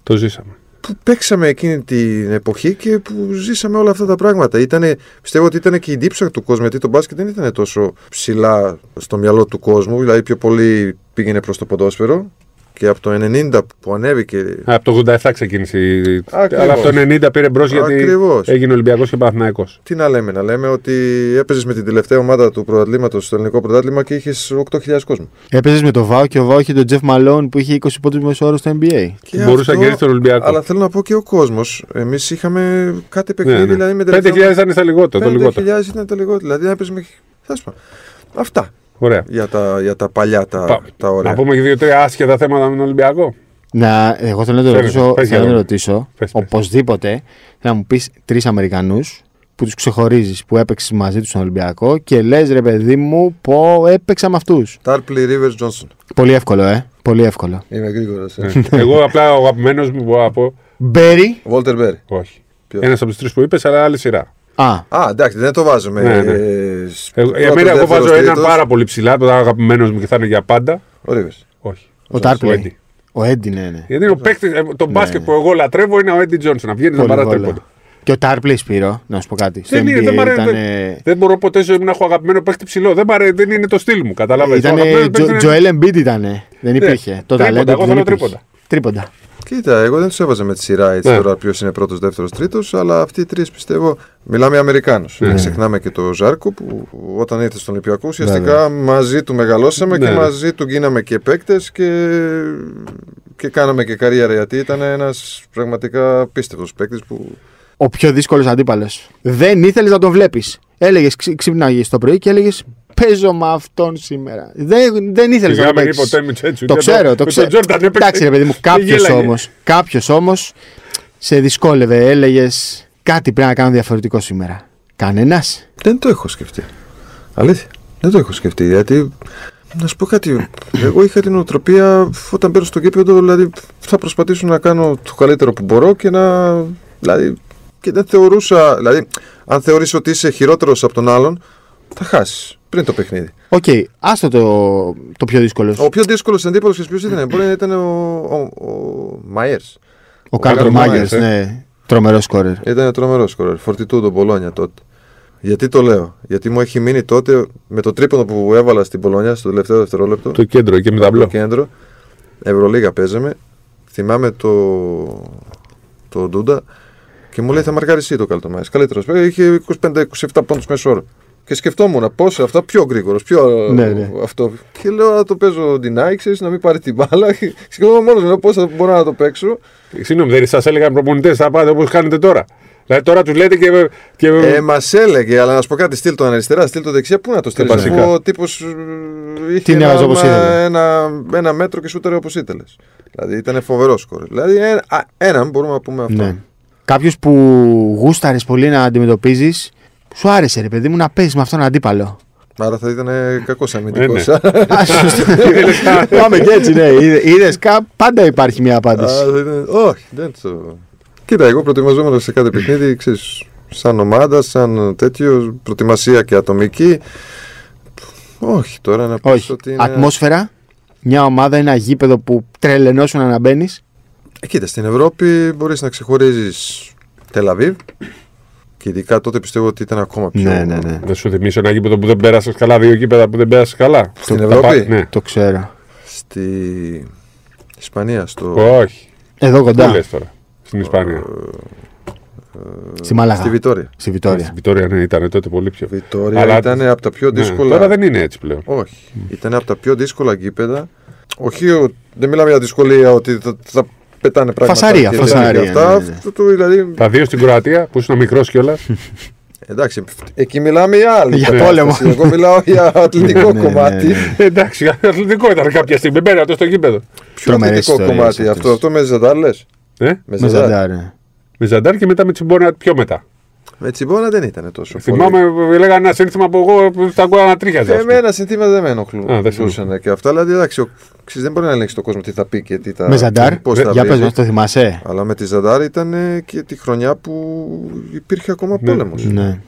B: Το ζήσαμε.
C: που παίξαμε εκείνη την εποχή και που ζήσαμε όλα αυτά τα πράγματα. Ήτανε, πιστεύω ότι ήταν και η δίψα του κόσμου, γιατί το μπάσκετ δεν ήταν τόσο ψηλά στο μυαλό του κόσμου, δηλαδή πιο πολύ πήγαινε προς το ποδόσφαιρο και από το 90 που ανέβηκε
B: Από το 87 ξεκίνησε. η-
C: Ακριβώς.
B: Αλλά από το 90 πήρε μπρος γιατί
C: Ακριβώς.
B: έγινε Ολυμπιακός και Παναθυναϊκό.
C: Τι να λέμε, να λέμε ότι έπαιζες με την τελευταία ομάδα του πρωταθλήματος στο ελληνικό πρωτάθλημα και είχες 8.000 κόσμο.
A: Έπαιζες με το Βάο και ο Βάο είχε τον Τζεφ Μαλόν που είχε 20 πόντου μέσο όρο στο NBA.
C: Και
B: Μπορούσε να κερδίσει τον Ολυμπιακό.
C: Αλλά θέλω να πω και ο κόσμος. Εμείς είχαμε κάτι παιχνίδι,
B: Ναι, ναι.
C: δηλαδή με
B: 5.000 ήταν στα λιγότερα. Το λιγότερο.
C: 5.000 ήταν το λιγότερο. Δηλαδή έπαιζες με. Θα σου πω. Αυτά
B: Ωραία.
C: για τα, για τα παλιά τα,
B: Πα-
C: τα ωραία.
B: Να πούμε και δύο-τρία άσχετα θέματα με τον Ολυμπιακό.
A: Να, εγώ θέλω να το
B: Φέρε,
A: ρωτήσω, θέλω να
B: πες,
A: το
B: Γιώργο.
A: ρωτήσω
B: Πες, πες.
A: οπωσδήποτε να μου πεις τρεις Αμερικανούς που τους ξεχωρίζεις, που έπαιξες μαζί τους στον Ολυμπιακό και λες ρε παιδί μου, πω έπαιξα με αυτούς.
C: Τάρπλι Ρίβερ Τζόνσον.
A: Πολύ εύκολο, ε. Πολύ εύκολο.
C: Είμαι γρήγορα.
B: Εγώ απλά ο αγαπημένος μου μπορώ να πω.
A: Μπέρι.
C: Βόλτερ Μπέρ.
B: Όχι.
C: Ποιος?
B: Ένας από τους τρεις που είπες, αλλά άλλη σειρά.
A: Α,
C: Α, εντάξει, δεν το βάζουμε.
B: Ναι, ναι.
C: ε, σ-
B: Εγώ,
C: πρώτος,
B: για μένα, εγώ
C: δεύτερος,
B: βάζω έναν
C: τρίτος.
B: πάρα πολύ ψηλά, το αγαπημένος μου και θα είναι για πάντα.
C: Ο Ρίβερ.
B: Όχι.
A: ο
B: Έντι.
A: Τάρπλι. Ο Έντι, ναι, ναι.
B: Γιατί είναι ο παίκτης, το μπάσκετ που εγώ λατρεύω είναι ο Έντι Τζόνσον. Να βγαίνεις να
A: Πολύ
B: παρά
A: βόλο.
B: τρίποντα.
A: Και ο Τάρπλι, Σπύρο, να σου πω κάτι. Στο
B: Δεν είναι,
A: NBA
B: δεν μ' αρέσει.
A: ήταν,
B: Δεν,
A: ε,
B: δεν μπορώ ποτέ ζωή μου να έχω αγαπημένο παίκτη ψηλό. Δεν, μ' αρέσει, δεν είναι το στυλ μου, καταλάβες. Ο
A: Ήταν
B: αγαπημένος παίκτης είναι-
A: Τζοέλ Embiid ήταν. Δεν υπήρχε. Το
B: Ναι. Τρίποντα,
A: ταλέντο
B: εγώ
A: του δεν
B: θέλω
A: υπήρχε.
B: τρίποντα.
A: Τρίποντα.
C: Κοίτα, εγώ δεν τους έβαζα με τη σειρά έτσι
B: Ναι.
C: τώρα ποιος είναι πρώτος, δεύτερος, τρίτος, αλλά αυτοί οι τρεις πιστεύω. Μιλάμε Αμερικάνου. Ναι. Ξεχνάμε και το Ζάρκο που όταν ήρθε στον Ολυμπιακό ουσιαστικά μαζί του μεγαλώσαμε
B: Ναι.
C: και μαζί του γίναμε και παίκτες και... και κάναμε και καριέρα γιατί ήταν ένας πραγματικά πίστευτο παίκτης που.
A: Ο πιο δύσκολος αντίπαλος. Δεν ήθελες να τον βλέπεις. Έλεγες, ξύπναγε το πρωί και έλεγες Παίζω με αυτόν σήμερα. Δεν, δεν ήθελες να
B: Σιγά
A: τον
B: μην
A: παίξεις.
B: είπε ποτέ Μιτσέτσου.
A: Το
B: Και
A: ξέρω,
B: με
A: το
B: τον
A: ξέρω.
B: Τζόρνταν έπαιξε.
A: Εντάξει, ρε παιδί μου,
B: Και
A: κάποιος
B: γέλαγε.
A: όμως. Κάποιος όμως σε δυσκόλευε. Έλεγες κάτι πρέπει να κάνω διαφορετικό σήμερα. Κανένας.
C: Δεν το έχω σκεφτεί. Αλήθεια. Δεν το έχω σκεφτεί γιατί. Να σου πω κάτι. Εγώ είχα την οτροπία όταν μπαίνω στο κήπεδο, δηλαδή θα προσπαθήσω να κάνω το καλύτερο που μπορώ και να. Δηλαδή, και δεν θεωρούσα. Δηλαδή, αν θεωρείς ότι είσαι χειρότερος από τον άλλον, θα χάσεις πριν το παιχνίδι.
A: Οκ, άστο το, το πιο δύσκολο.
C: Ο πιο δύσκολος αντίπαλος και ποιος ήταν, μπορεί να ήταν ο, ο, ο Μάιερ.
A: Ο Κάρτο
B: Κάρλ
A: Μάγκερ,
B: Μάγερς, ε.
A: ναι. Τρομερός σκόρερ.
C: Ήταν τρομερός σκορέρ. Φορτιτού τον Πολόνια τότε. Γιατί το λέω, Γιατί μου έχει μείνει τότε με το τρίπονο που έβαλα στην Πολόνια στο τελευταίο δευτερόλεπτο.
B: Το κέντρο και με τα
C: το
B: μπλοκ.
C: κέντρο. Ευρωλίγα παίζαμε. Θυμάμαι το, το Ντούντα και μου λέει θα μαρκάρει εσύ το Καλτομάη. Καλύτερο. Είχε 25-27 πόντους μέσα όρο. Και σκεφτόμουν πώς αυτά, πιο γρήγορος, πιο
A: Ναι, ναι.
C: αυτό. Και λέω να το παίζω την ξέρεις να μην πάρει την μπάλα. Σκεφτόμουν μόνος λέω πώς θα μπορώ να το παίξω.
B: Ε, Συγγνώμη, δεν σας έλεγαν προπονητές, θα πάτε όπως κάνετε τώρα. Δηλαδή τώρα τους λέτε και. και
C: Ε, μας έλεγε, αλλά να σου πω κάτι, στείλ τον αριστερά, στείλ τον δεξιά, πού να το στείλεις.
B: βασικά.
C: Ο τύπος είχε
A: Την
C: ένα,
A: έβαζε όπως
C: άμα-
A: ήθελε.
C: ένα, ένα μέτρο και σούταρε όπω ήθελε. Δηλαδή ήταν φοβερός σκορ. Δηλαδή ένα, α, έναν μπορούμε να πούμε αυτό.
A: Ναι. Κάποιος που γούσταρες πολύ να αντιμετωπίζεις, σου άρεσε ρε παιδί μου να παίζεις με αυτόν τον αντίπαλο.
C: Άρα θα ήταν κακό αμυντικό.
B: Ε,
A: Α, σωστά. Πάμε και έτσι, ναι. Είδε, πάντα υπάρχει μια απάντηση.
C: Όχι, δεν το. Κοίτα, εγώ προετοιμαζόμενος σε κάθε παιχνίδι, ξέρεις, σαν ομάδα, σαν τέτοιο, προετοιμασία και ατομική. Όχι, τώρα να πεις
A: Όχι.
C: ότι είναι...
A: Ατμόσφαιρα, μια ομάδα, ένα γήπεδο που τρελενώσουν να μπαίνεις.
C: Ε, Κοίτα, στην Ευρώπη μπορείς να ξεχωρίζεις Τελαβίβ και ειδικά τότε πιστεύω ότι ήταν ακόμα πιο...
A: Ναι,
B: Δεν σου θυμίσω ένα γήπεδο που δεν πέρασε καλά, δύο γήπεδα που δεν πέρασε καλά.
C: Στην
A: Το-
C: Ευρώπη,
B: πα- ναι.
A: Το ξέρω.
C: στη Ισπανία, στο...
B: Όχι.
A: Εδώ
B: Τι
A: κοντά.
B: λες τώρα. Στην Ισπανία.
A: Στη Μάλαγα.
C: στη Βιτόρια.
A: Στη
B: Στην
A: Βιτόρια.
B: Βιτόρια ναι, ήταν τότε πολύ πιο.
C: Βιτόρια
B: Αλλά-
C: ήταν από τα πιο
B: Ναι,
C: δύσκολα...
B: Τώρα δεν είναι έτσι πλέον.
C: Όχι. Ήταν από τα πιο δύσκολα γήπεδα. Όχι, ο- δεν μιλάμε για δυσκολία ότι θα, θα πετάνε πράγματα.
A: Φασαρία,
C: και
A: φασαρία,
C: τέτοια Αυτά,
A: ναι, ναι, ναι.
C: Αυτό, το, δηλαδή,
B: Τα δύο στην Κροατία που ήσουν μικρός κιόλας.
C: εντάξει, εκεί μιλάμε για άλλη.
A: Για
C: κατάσταση.
A: πόλεμο.
C: Εγώ μιλάω για αθλητικό
A: Ναι, ναι,
C: κομμάτι.
A: ναι, ναι.
B: Εντάξει, αθλητικό ήταν κάποια στιγμή. Μπαίνει αυτός στο γήπεδο.
C: Πιο
A: Τρομερές
C: αθλητικό
A: ιστορίες
C: κομμάτι
A: αυτές.
C: αυτό. Αυτό με ζαντάρ λες.
B: Ε?
C: Με
A: Με
C: ζαντάρ.
A: Ζαντάρ, ναι.
B: Με Ζαντάρ και μετά με Τσιμπόνα πιο μετά.
C: Με τσιμπόνα δεν ήταν τόσο.
B: Θυμάμαι, λέγανε ένα σύνθημα που εγώ που τα ακούγα να τρίχιαζα.
C: πολύ.
B: ας πούμε.
C: Εμένα συνθήματα δεν με
B: Α, δεν
C: ενοχλούσαν και αυτά, αλλά εντάξει, ο- ξέρεις, δεν μπορεί να ελέγξει το κόσμο τι θα πει και τι θα.
A: Με Ζαντάρ.
C: πώς θα
A: Για
C: πει.
A: πες μας, το θυμάσαι.
C: Αλλά με τη Ζαντάρ ήταν ε, και τη χρονιά που υπήρχε ακόμα
B: Ναι.
C: πόλεμος.
A: Ναι.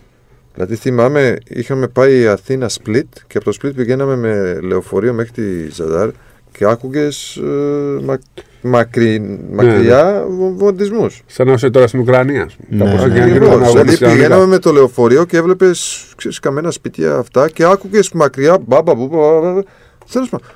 C: Δηλαδή θυμάμαι, είχαμε πάει Αθήνα Split και από το Split πηγαίναμε με λεωφορείο μέχρι τη Ζαδάρ και άκουγες
B: Ναι,
C: μακριά βο- βομβαρδισμούς.
B: Σαν να είσαι τώρα στην Ουκρανία. ας πούμε.
A: Ναι,
B: Τα
A: ναι.
B: ποσά και αν
C: Ακριβώς.
B: γυρνάνε αγώνες
C: Δηλαδή
B: και αν
C: πηγαίναμε
B: ήταν.
C: με το λεωφορείο και έβλεπες καμένα σπιτιά αυτά και άκουγες μακριά μπαμπα μπαμπα. Τέλος πάντων.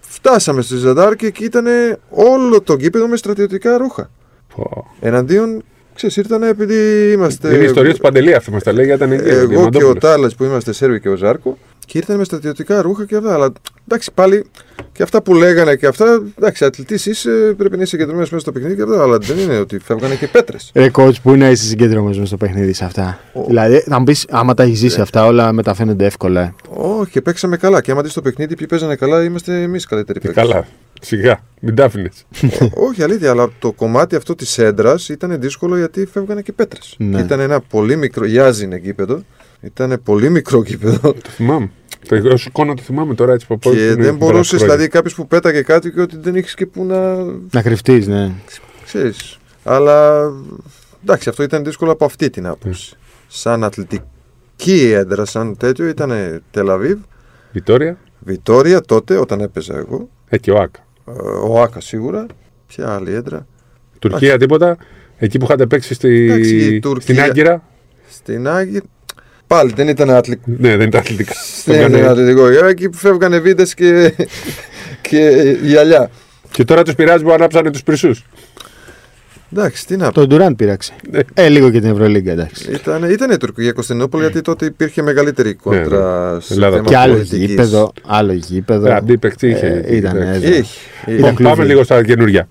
C: Φτάσαμε στη Ζαδάρ και εκεί ήταν όλο το γήπεδο με στρατιωτικά ρούχα.
B: Πω.
C: Εναντίον, ξέρεις, ήρθαν επειδή είμαστε.
B: Είναι η ιστορία του Παντελή αυτή μας τα λέει. Ήταν εκεί.
C: Εγώ και ο
B: Διαμαντόπουλος.
C: Τάλλα που είμαστε Σέρβοι και ο Ζάρκο και ήρθαν με στρατιωτικά ρούχα και αυτά. Αλλά εντάξει, πάλι και αυτά που λέγανε και αυτά. Εντάξει, αθλητής είσαι, πρέπει να είσαι κεντρωμένο μέσα στο παιχνίδι και αυτά. Αλλά δεν είναι ότι φεύγανε και πέτρες.
A: Ρε Ε, coach, πού να είσαι συγκεντρωμένος στο παιχνίδι σε αυτά. Δηλαδή, θα μου πει, άμα τα έχεις
C: Ναι.
A: ζήσει αυτά, όλα μεταφαίνονται εύκολα. ε.
C: Όχι, και παίξαμε καλά. Και άμα δεις το παιχνίδι, ποιοι παίζανε καλά, είμαστε εμείς καλύτεροι
B: Και
C: παίκτες.
B: καλά. Σιγά. Μην τάφινε.
C: Όχι, αλήθεια, αλλά το κομμάτι αυτό της έντρας ήταν δύσκολο γιατί φεύγανε και πέτρες.
A: Ναι.
C: Ήταν ένα πολύ μικρό, γιάζινε γήπεδο. Ήταν πολύ μικρό γήπεδο.
B: Το θυμάμαι. Το εγώ σου εικόνα το θυμάμαι τώρα έτσι που πω,
C: και
B: είναι
C: δεν
B: πολλά
C: μπορούσε,
B: χρόνια.
C: δηλαδή κάποιος που πέταγε κάτι και ότι δεν είχε και που να
A: Να κρυφτείς, ναι.
C: Ξέρεις. Αλλά εντάξει, αυτό ήταν δύσκολο από αυτή την
B: Ναι.
C: άποψη. Σαν αθλητική έντρα, σαν τέτοιο, ήταν Τελαβίβ,
B: Βιτόρια.
C: Βιτόρια τότε, όταν έπαιζα εγώ,
B: Ε, και ο Άκ.
C: ε, ο Άκα σίγουρα, ποια άλλη έντρα.
B: Τουρκία τίποτα. Εκεί που είχατε παίξει στη...
C: Εντάξει, η
B: στην
C: Τουρκία.
B: Άγκυρα.
C: Στην Άγη, πάλι δεν ήταν αθλητικό.
B: Ναι, δεν ήταν αθλητικά. Το
C: Δεν
B: έκανε-
C: ήταν αθλητικό. Ε, Εκεί που φεύγανε βίδες και, και γυαλιά.
B: Και τώρα τους πειράζει που ανάψανε τους πυρσούς.
C: Εντάξει, τι να πω.
A: Το Ντουράν πήραξε.
B: Ναι.
A: Ε, λίγο και την Ευρωλίγκα, εντάξει.
C: Ήταν, ήταν η Τουρκία Κωνσταντινούπολη γιατί τότε υπήρχε μεγαλύτερη
B: Ναι, ναι.
C: κόντρα σε
B: Ελλάδα.
C: θέμα
A: Και άλλο
C: πολιτικής.
A: γήπεδο, άλλο γήπεδο.
B: Ραντί παιχτή είχε.
A: Ε, ήταν,
B: Εντάξει.
A: ε,
C: Είχε, είχε.
A: Ήταν
B: Λοιπόν, πάμε
A: κλειδί.
B: λίγο στα καινούργια.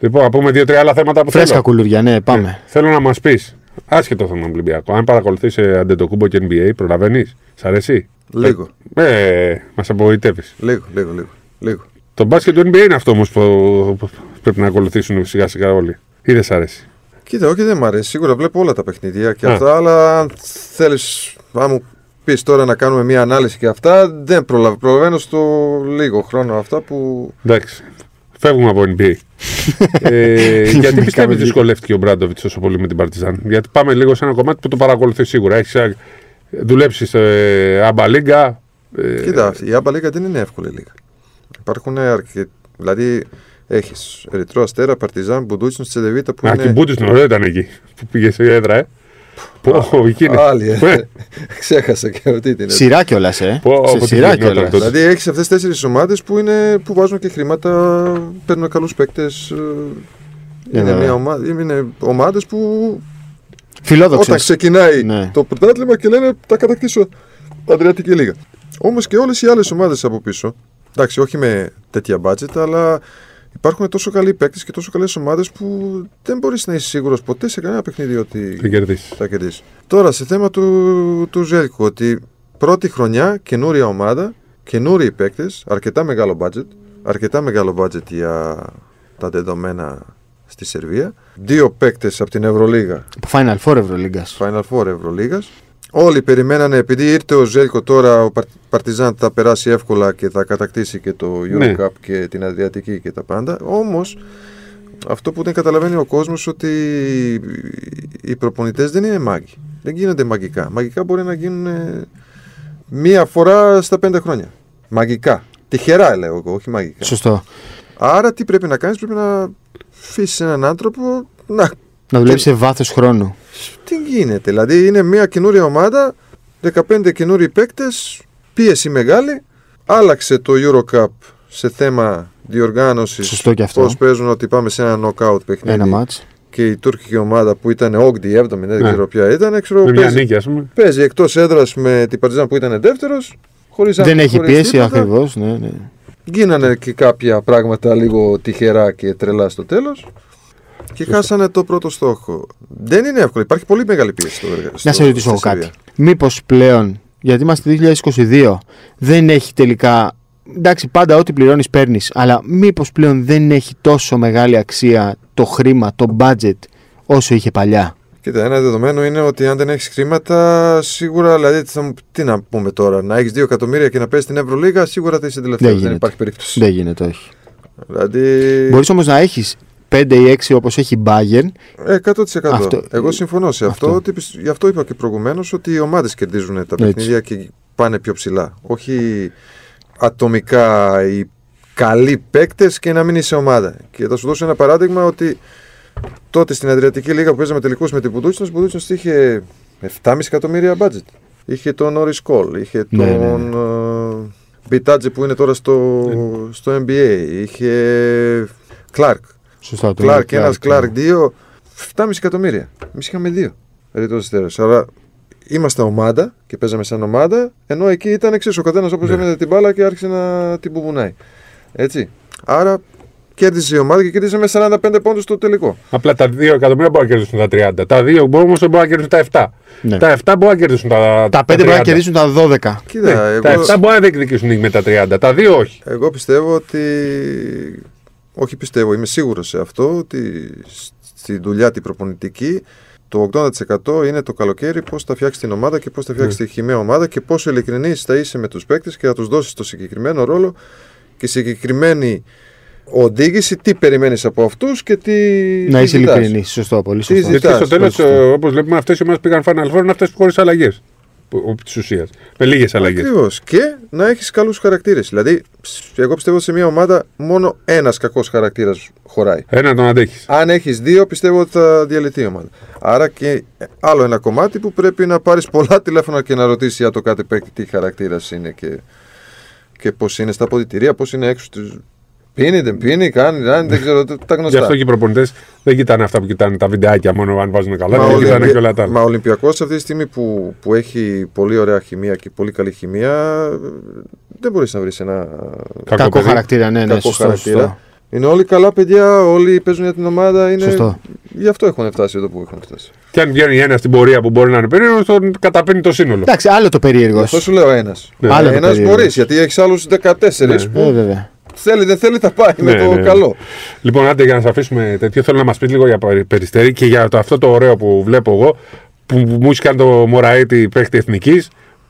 B: Λοιπόν, να πούμε δύο-τρία άλλα θέματα που
A: Φρέσκα
B: θέλω.
A: κουλουριά, ναι, πάμε.
B: Θέλω να μας πεις, άσχετο θέμα Ολυμπιακό, αν παρακολουθείς αντετοκούμπο και NBA, προλαβαίνεις. Σ' αρέσει.
C: Λίγο.
B: Ε, ε, μας απογοητεύεις.
C: Λίγο, λίγο, λίγο. λίγο.
B: Το μπάσκετ του NBA είναι αυτό όμως που, που πρέπει να ακολουθήσουν σιγά-σιγά όλοι. Ή δεν σ' αρέσει.
C: Κοίτα, όχι δεν μ' αρέσει. Σίγουρα βλέπω όλα τα παιχνίδια και
B: Α.
C: αυτά, αλλά αν θέλεις, αν μου πεις τώρα να κάνουμε μια ανάλυση και αυτά, δεν προλαβαίνω. Προλαβαίνω στο λίγο χρόνο αυτά που.
B: Εντάξει. Φεύγουμε από NBA. ε, γιατί
A: Είχαμε
B: πιστεύει
A: δίκιο.
B: δυσκολεύτηκε ο Μπράντοβιτ τόσο πολύ με την Παρτιζάν. Γιατί πάμε λίγο σε ένα κομμάτι που το παρακολουθείς σίγουρα. Έχεις δουλέψει σε αμπαλίγκα. Ε,
C: Κοίτα, η Άμπα Λίγα δεν είναι εύκολη λίγα. Υπάρχουν αρκετοί. Δηλαδή, έχεις Ερυθρό Αστέρα, Παρτιζάν, Μπουντούτσιν, Τσεδεβίτα που
B: Α, και
C: είναι.
B: Μπούτης είναι ωραίο ήταν εκεί που πήγε σε έδρα, ε. Πω, εκεί είναι.
C: Άλλη,
B: Ε,
C: ε. Ξέχασα και αυτή την.
A: Σειρά κιόλας, ε.
B: Πω, πω,
A: Σε
B: τι
A: σειρά
B: γινόταν
A: κιόλας.
B: τότε.
C: Δηλαδή, έχεις αυτές τι τέσσερις ομάδες που, είναι- που βάζουν και χρήματα, παίρνουν καλούς παίκτες.
A: Ναι,
C: Είναι,
A: βέβαια.
C: μια ομάδα, είναι ομάδες που
A: Φιλόδοξες.
C: όταν ξεκινάει
A: Ναι.
C: το πρωτάθλημα και λένε τα κατακτήσω Αδριατική Λίγα. Όμως και όλες οι άλλες ομάδες από πίσω, εντάξει, όχι με τέτοια budget, αλλά υπάρχουν τόσο καλοί παίκτες και τόσο καλές ομάδες που δεν μπορείς να είσαι σίγουρος ποτέ σε κανένα παιχνίδι ότι
B: Θα κερδίσεις.
C: θα κερδίσεις. Τώρα, σε θέμα του, του Ζέλκου, ότι πρώτη χρονιά, καινούρια ομάδα, καινούριοι παίκτες, αρκετά μεγάλο budget, αρκετά μεγάλο budget για τα δεδομένα στη Σερβία. Δύο παίκτες από την Ευρωλίγα
A: Final Four Ευρωλίγκας.
C: Final Four Ευρωλίγα. Όλοι περιμένανε, επειδή ήρθε ο Ζέλκο τώρα, ο Παρ- Παρτιζάν θα περάσει εύκολα και θα κατακτήσει και το Euro
B: Ναι.
C: Cup και την Αδριατική και τα πάντα. Όμως, αυτό που δεν καταλαβαίνει ο κόσμος ότι οι προπονητές δεν είναι μάγοι. Δεν γίνονται μαγικά. Μαγικά μπορεί να γίνουν ε, μία φορά στα πέντε χρόνια. Μαγικά. Τυχερά λέω εγώ, όχι μαγικά.
A: Σωστό.
C: Άρα τι πρέπει να κάνεις, πρέπει να αφήσεις έναν άνθρωπο να.
A: Να δουλέψει σε βάθος χρόνου.
C: Τι γίνεται, δηλαδή είναι μια καινούρια ομάδα, 15 καινούριοι παίκτες, πίεση μεγάλη. Άλλαξε το Eurocup σε θέμα διοργάνωσης.
A: Σωστό και αυτό.
C: Πώς παίζουν ότι πάμε σε ένα knockout παιχνίδι.
A: Ένα μάτς.
C: Και η τουρκική ομάδα που ήταν 8η, 7η, δεν
B: Ναι.
C: ξέρω ποια ήταν. Ξέρω,
B: Με μια
C: παίζει,
B: νίκη, ας πούμε.
C: παίζει εκτός έδρας με την Παρτιζάν που ήταν δεύτερος.
A: Δεν έχει πίεση ακριβώς. Ναι, ναι.
C: Γίνανε και κάποια πράγματα λίγο τυχερά και τρελά στο τέλος. Και χάσανε το πρώτο στόχο. Δεν είναι εύκολο. Υπάρχει πολύ μεγάλη πίεση στο εργαστήριο.
A: Να σε ρωτήσω εγώ κάτι. Μήπως πλέον, γιατί είμαστε 2022, δεν έχει τελικά. Εντάξει, πάντα ό,τι πληρώνεις παίρνεις, αλλά μήπως πλέον δεν έχει τόσο μεγάλη αξία το χρήμα, το budget όσο είχε παλιά.
C: Κοίτα, ένα δεδομένο είναι ότι αν δεν έχεις χρήματα, σίγουρα. Δηλαδή, τι, θα μου- τι να πούμε τώρα, να έχεις 2 εκατομμύρια και να παίζει την Ευρωλίγα, σίγουρα θα είσαι τελευταίος.
A: Δεν
C: Δεν,
A: γίνεται.
C: υπάρχει περίπτωση.
A: Δεν γίνεται, όχι.
C: Δηλαδή.
A: Μπορείς όμως να έχεις 5 ή 6 όπως έχει η Bayern.
C: 100%.
A: Αυτό-
C: Εγώ συμφωνώ σε αυτό.
A: αυτό. Ναι,
C: Ότι, πισ- γι' αυτό είπα και προηγουμένως ότι οι ομάδες κερδίζουν τα
A: Έτσι.
C: παιχνίδια και πάνε πιο ψηλά. Όχι ατομικά οι καλοί παίκτες και να μην είσαι ομάδα. Και θα σου δώσω ένα παράδειγμα ότι τότε στην Αδριατική Λίγα που παίζαμε τελικού με την Πουντούτσινα, η Πουντούτσινα είχε 7,5 εκατομμύρια budget. Είχε τον Όρι Κόλ, είχε
A: Ναι, ναι, Ναι. ναι.
C: τον ε, Μπιτάτζε που είναι τώρα στο, στο NBA, είχε Κλάρκ.
A: Σωστά το ναι.
C: Κλάρκ, ένα Κλάρκ, δύο. 7,5 εκατομμύρια. Εμείς είχαμε δύο. Ρητό Αστέρα. Άρα είμαστε ομάδα και παίζαμε σαν ομάδα, ενώ εκεί ήταν εξή. Ο καθένας όπως έμενε την μπάλα και άρχισε να την μπουμπουνάει. Έτσι. Άρα κέρδισε η ομάδα και κέρδισε με 45 πόντου το τελικό.
B: Απλά τα 2 εκατομμύρια μπορούν να κερδίσουν τα 30. Τα 2 μπορούν όμως μπορούν να κερδίσουν τα 7.
A: Ναι.
B: Τα 7 μπορούν να κερδίσουν τα.
A: Τα 5 πρέπει
B: 30.
A: να κερδίσουν τα 12.
C: Κοίτα,
B: Ναι,
C: εγώ,
B: Τα 7 μπορούν να διεκδικήσουν νίκη με τα 30. Τα 2 όχι.
C: εγώ πιστεύω ότι. Όχι πιστεύω, είμαι σίγουρος σε αυτό ότι σ- στη δουλειά την προπονητική το 80% είναι το καλοκαίρι πώς θα φτιάξει την ομάδα και πώς θα
A: Ναι.
C: φτιάξει τη χημαία ομάδα και πόσο ειλικρινής θα είσαι με τους παίκτες και θα τους δώσεις το συγκεκριμένο ρόλο και συγκεκριμένη οδήγηση, τι περιμένεις από αυτούς και τι.
A: Να
C: τι
A: είσαι
C: ζητάς.
A: ειλικρινής. Σωστό, πολύ
C: Τι
A: σωστό.
C: ζητάς.
B: Γιατί στο τέλος,
A: πολύ σωστό.
B: όπως βλέπουμε, αυτές οι ομάδες που πήγαν Final Four είναι αυτές χωρίς αλλαγές. Της ουσίας. Με λίγες αλλαγές.
C: Ακριβώς. Και να έχεις καλούς χαρακτήρες. Δηλαδή, ψ, εγώ πιστεύω σε μια ομάδα μόνο ένας κακός χαρακτήρας χωράει.
B: Ένα τον αντέχεις.
C: Αν έχεις δύο, πιστεύω ότι θα διαλυθεί η ομάδα. Άρα και άλλο ένα κομμάτι που πρέπει να πάρεις πολλά τηλέφωνα και να ρωτήσεις για το κάθε παίκτη τι χαρακτήρας είναι και, και πώς είναι στα αποδητηρία, πώς είναι έξω. Τους... Πίνει, δεν πίνει, κάνει, κάνει, δεν ξέρω τα- τα
B: Γι'
C: γνωστά.
B: αυτό και οι προπονητές δεν κοιτάνε αυτά που κοιτάνε τα βιντεάκια μόνο αν βάζουν καλά. Δεν κοιτάνε και όλα τα άλλα.
C: μα ο Ολυμπιακός αυτή τη στιγμή που, που έχει πολύ ωραία χημεία και πολύ καλή χημεία, δεν μπορείς να βρεις ένα
A: Κακό
B: παιδί.
A: χαρακτήρα, ναι, ναι,
C: κακό
A: σωστό.
C: χαρακτήρα.
A: σωστό.
C: Είναι όλοι καλά παιδιά, όλοι παίζουν για την ομάδα. Είναι...
A: Σωστό.
C: Γι' αυτό έχουν φτάσει εδώ που έχουν φτάσει.
B: Και αν βγαίνει ένας στην πορεία που μπορεί να είναι περίεργος, τον καταπίνει το σύνολο.
A: Εντάξει, άλλο το περίεργος.
C: Αυτό σου λέω ένας.
B: Ναι.
A: Άλλο το
C: Ένας
A: περίεργος.
C: μπορείς, γιατί έχεις άλλους 14
A: Ε,
C: που
A: βέβαια.
C: θέλει, δεν θέλει, θα πάει με
B: Ναι,
C: το
B: ναι.
C: καλό.
B: Λοιπόν, άντε για να σα αφήσουμε τέτοιο, θέλω να μας πεις λίγο για περι- περιστέρι και για το, αυτό το ωραίο που βλέπω εγώ που μου είχε κάνει το Μωραήτη παίχτη εθνικής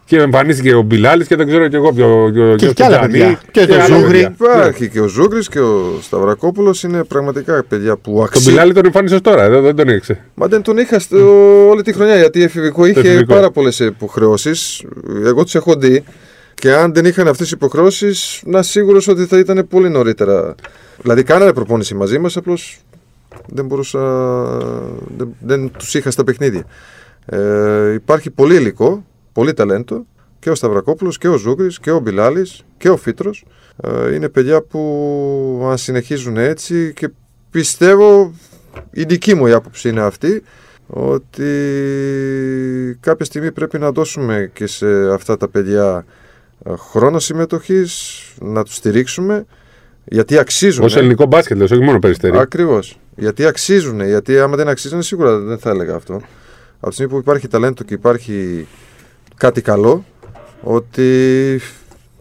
B: και εμφανίστηκε ο Μπιλάλης και δεν ξέρω και εγώ ποιο. ποιο-
A: Και
B: ποιο
A: κι άλλα
B: Τζανί,
A: παιδιά. Και το
B: άλλα
A: Ζούγρι.
B: παιδιά.
C: Υπάρχει και ο Ζούγκρη και ο Σταυρακόπουλος είναι πραγματικά παιδιά που
B: Τον
C: αξίζουν.
B: Μπιλάλη τον εμφάνισε τώρα, δεν, δεν τον ήξερε.
A: Ναι.
C: Μα δεν τον είχα στο- όλη τη χρονιά γιατί εφηβικό είχε
B: εφηβικό.
C: πάρα πολλές υποχρεώσεις. Εγώ τι έχω δει και αν δεν είχαν αυτές τις υποχρεώσεις, να σίγουρος ότι θα ήταν πολύ νωρίτερα. Δηλαδή, κάνανε προπόνηση μαζί μας, απλώς δεν μπορούσα. Δεν, δεν τους είχα στα παιχνίδια. Ε, υπάρχει πολύ υλικό, πολύ ταλέντο και ο Σταυρακόπουλος και ο Ζούγκρης και ο Μπιλάλης και ο Φίτρος Ε, είναι παιδιά που αν συνεχίζουν έτσι και πιστεύω η δική μου η άποψη είναι αυτή ότι κάποια στιγμή πρέπει να δώσουμε και σε αυτά τα παιδιά ε, χρόνος συμμετοχής να τους στηρίξουμε γιατί αξίζουν ε.
B: Ως ελληνικό μπάσκετ, λες, όχι μόνο περιστέρι.
C: Ακριβώς. Γιατί αξίζουν. Γιατί άμα δεν αξίζουν, σίγουρα δεν θα έλεγα αυτό. Από τη στιγμή που υπάρχει ταλέντο και υπάρχει κάτι καλό, ότι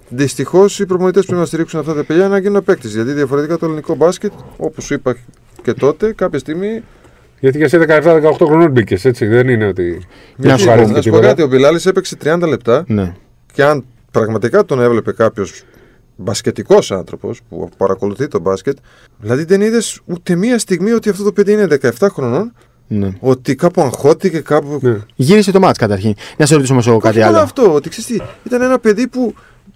C: δυστυχώς οι προπονητές πρέπει να στηρίξουν αυτά τα παιδιά να γίνουν παίκτες. Γιατί διαφορετικά το ελληνικό μπάσκετ, όπως σου είπα και τότε, κάποια στιγμή.
B: Γιατί και εσύ 17-18 χρονών μπήκες, έτσι. Δεν είναι ότι.
A: Να σου
B: σου
A: πω.
B: άρεσε
C: Να σου πω
B: τίποτα.
C: κάτι, ο Μπιλάλης έπαιξε 30 λεπτά
A: Ναι.
C: και αν πραγματικά τον έβλεπε κάποιος μπασκετικός άνθρωπος που παρακολουθεί το μπάσκετ, δηλαδή δεν είδες ούτε μία στιγμή ότι αυτό το παιδί είναι 17 χρονών,
A: Ναι.
C: ότι κάπου αγχώθηκε, κάπου.
B: Ναι.
A: Γύρισε το μάτς καταρχήν. Να σε ρωτήσω όμω εγώ κάτι
C: Όχι μόνο
A: άλλο.
C: αυτό, ότι ξέρεις τι, ήταν ένα παιδί που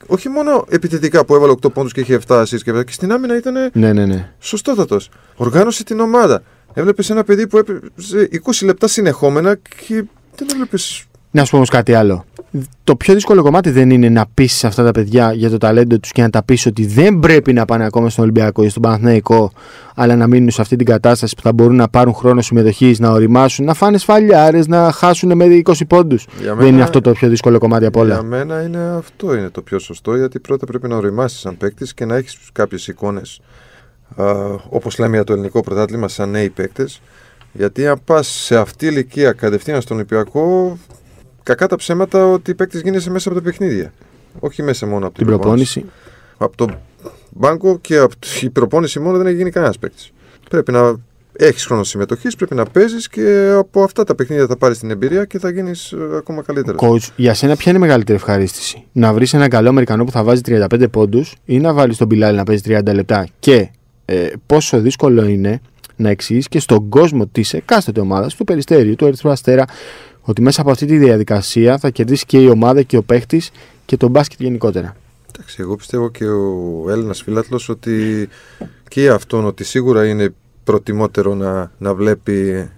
C: όχι μόνο επιθετικά που έβαλε 8 πόντους και είχε 7 assists και, αυτά, και στην άμυνα ήταν
A: Ναι, ναι, ναι.
C: σωστότατος. Οργάνωσε την ομάδα. Έβλεπες ένα παιδί που έπαιζε 20 λεπτά συνεχόμενα και δεν έβλεπες.
A: Να σου πω όμως κάτι άλλο. Το πιο δύσκολο κομμάτι δεν είναι να πείσει αυτά τα παιδιά για το ταλέντο τους και να τα πείσει ότι δεν πρέπει να πάνε ακόμα στον Ολυμπιακό ή στον Παναθηναϊκό, αλλά να μείνουν σε αυτή την κατάσταση που θα μπορούν να πάρουν χρόνο συμμετοχής, να οριμάσουν, να φάνε σφαλιάρες, να χάσουν με 20 πόντους.
C: Για
A: Δεν
C: μένα-
A: είναι αυτό το πιο δύσκολο κομμάτι απ' όλα.
C: Για μένα είναι αυτό είναι το πιο σωστό, γιατί πρώτα πρέπει να οριμάσεις σαν παίκτης και να έχεις κάποιες εικόνες. Όπως λέμε για το ελληνικό πρωτάθλημα, σαν νέοι παίκτες. Γιατί αν πας σε αυτή ηλικία κατευθείαν στον Ολυμπιακό, κακά τα ψέματα ότι παίκτη γίνεσαι μέσα από τα παιχνίδια. Όχι μέσα μόνο από
A: Την προπόνηση.
C: από το μπάνκο και από τη η προπόνηση μόνο δεν έχει γίνει κανένας παίκτης. Πρέπει να έχεις χρόνο συμμετοχή, πρέπει να παίζεις και από αυτά τα παιχνίδια θα πάρεις την εμπειρία και θα γίνεις ακόμα καλύτερος.
A: Coach, για σένα ποια είναι η μεγαλύτερη ευχαρίστηση. Να βρεις έναν καλό Αμερικανό που θα βάζει 35 πόντους ή να βάλεις τον Μπιλάλη να παίζει 30 λεπτά. Και ε, πόσο δύσκολο είναι να εξηγήσει και στον κόσμο της εκάστοτε ομάδας, του Περιστέριου, του Ερυθρού Αστέρα, ότι μέσα από αυτή τη διαδικασία θα κερδίσει και η ομάδα και ο παίχτης και το μπάσκετ γενικότερα.
C: Εντάξει, εγώ πιστεύω και ο Έλληνας φιλάθλο ότι και αυτόν ότι σίγουρα είναι προτιμότερο να, να βλέπει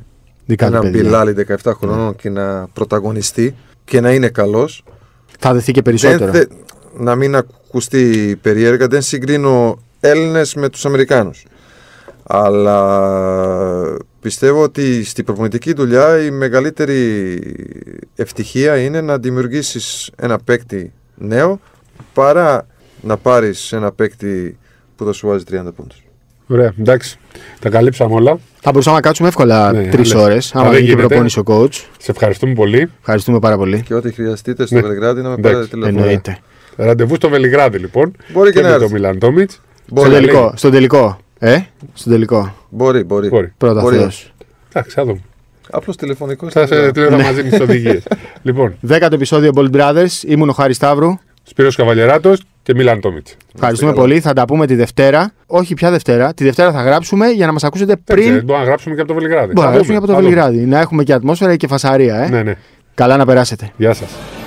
A: Δικά του
C: έναν
A: παιδιά.
C: πιλάλι 17 χρονών και να πρωταγωνιστεί και να είναι καλός
A: Θα δεθεί και
C: Δεν
A: περισσότερο.
C: θε- να μην ακουστεί περίεργα, δεν συγκρίνω Έλληνες με τους Αμερικάνους. Αλλά πιστεύω ότι στη προπονητική δουλειά η μεγαλύτερη ευτυχία είναι να δημιουργήσεις ένα παίκτη νέο παρά να πάρεις ένα παίκτη που θα σου βάζει 30 πόντους.
B: Ωραία, εντάξει. Τα καλύψαμε όλα.
A: Θα μπορούσαμε να κάτσουμε εύκολα
B: Ναι,
A: τρεις
B: αλλά-
A: ώρε,
B: αλλά
A: άμα
B: δεν
A: δεν και
B: γίνεται.
A: προπόνηση ο coach.
B: Σε ευχαριστούμε πολύ.
A: Ευχαριστούμε πάρα πολύ.
C: Και ό,τι χρειαστείτε στο
B: Ναι.
C: Βελιγράδι να με
B: Εντάξει.
C: πάρετε τηλέφωνο.
A: Εννοείται.
B: Ραντεβού στο Βελιγράδι, λοιπόν.
C: Μπορεί και
B: με
C: να έρθει.
B: το Μιλάν Τόμιτ.
A: Στον
C: Μπορεί,
A: τελικό. Στον τελικό. Ε, στον τελικό.
C: μπορεί, μπορεί.
B: Μπορεί.
A: Πρώτα
C: Μπορεί.
A: Θεός.
B: Εντάξει, θα δούμε.
C: Απλώς τηλεφωνικός.
B: Θα σε
A: Ναι.
C: τηλέφωνο.
B: τηλέφωνα μαζί με τις οδηγίες. λοιπόν,
A: Δέκατο επεισόδιο Bold Brothers. Ήμουν ο Χάρης Σταύρου.
B: Σπύρος Καβαλιεράτος και Μιλάν Τόμιτ.
A: Ευχαριστούμε
C: καλά.
A: πολύ. Θα τα πούμε τη Δευτέρα. Όχι πια Δευτέρα. Τη Δευτέρα θα γράψουμε για να μας ακούσετε πριν.
B: Μπορούμε να γράψουμε και από το Βελιγράδι.
A: Μπορεί να
B: Θα
A: γράψουμε
B: δούμε,
A: από το
B: θα δούμε.
A: Βελιγράδι. Να έχουμε και ατμόσφαιρα και φασαρία. Ε.
B: Ναι, ναι.
A: Καλά να περάσετε.
B: Γεια σας.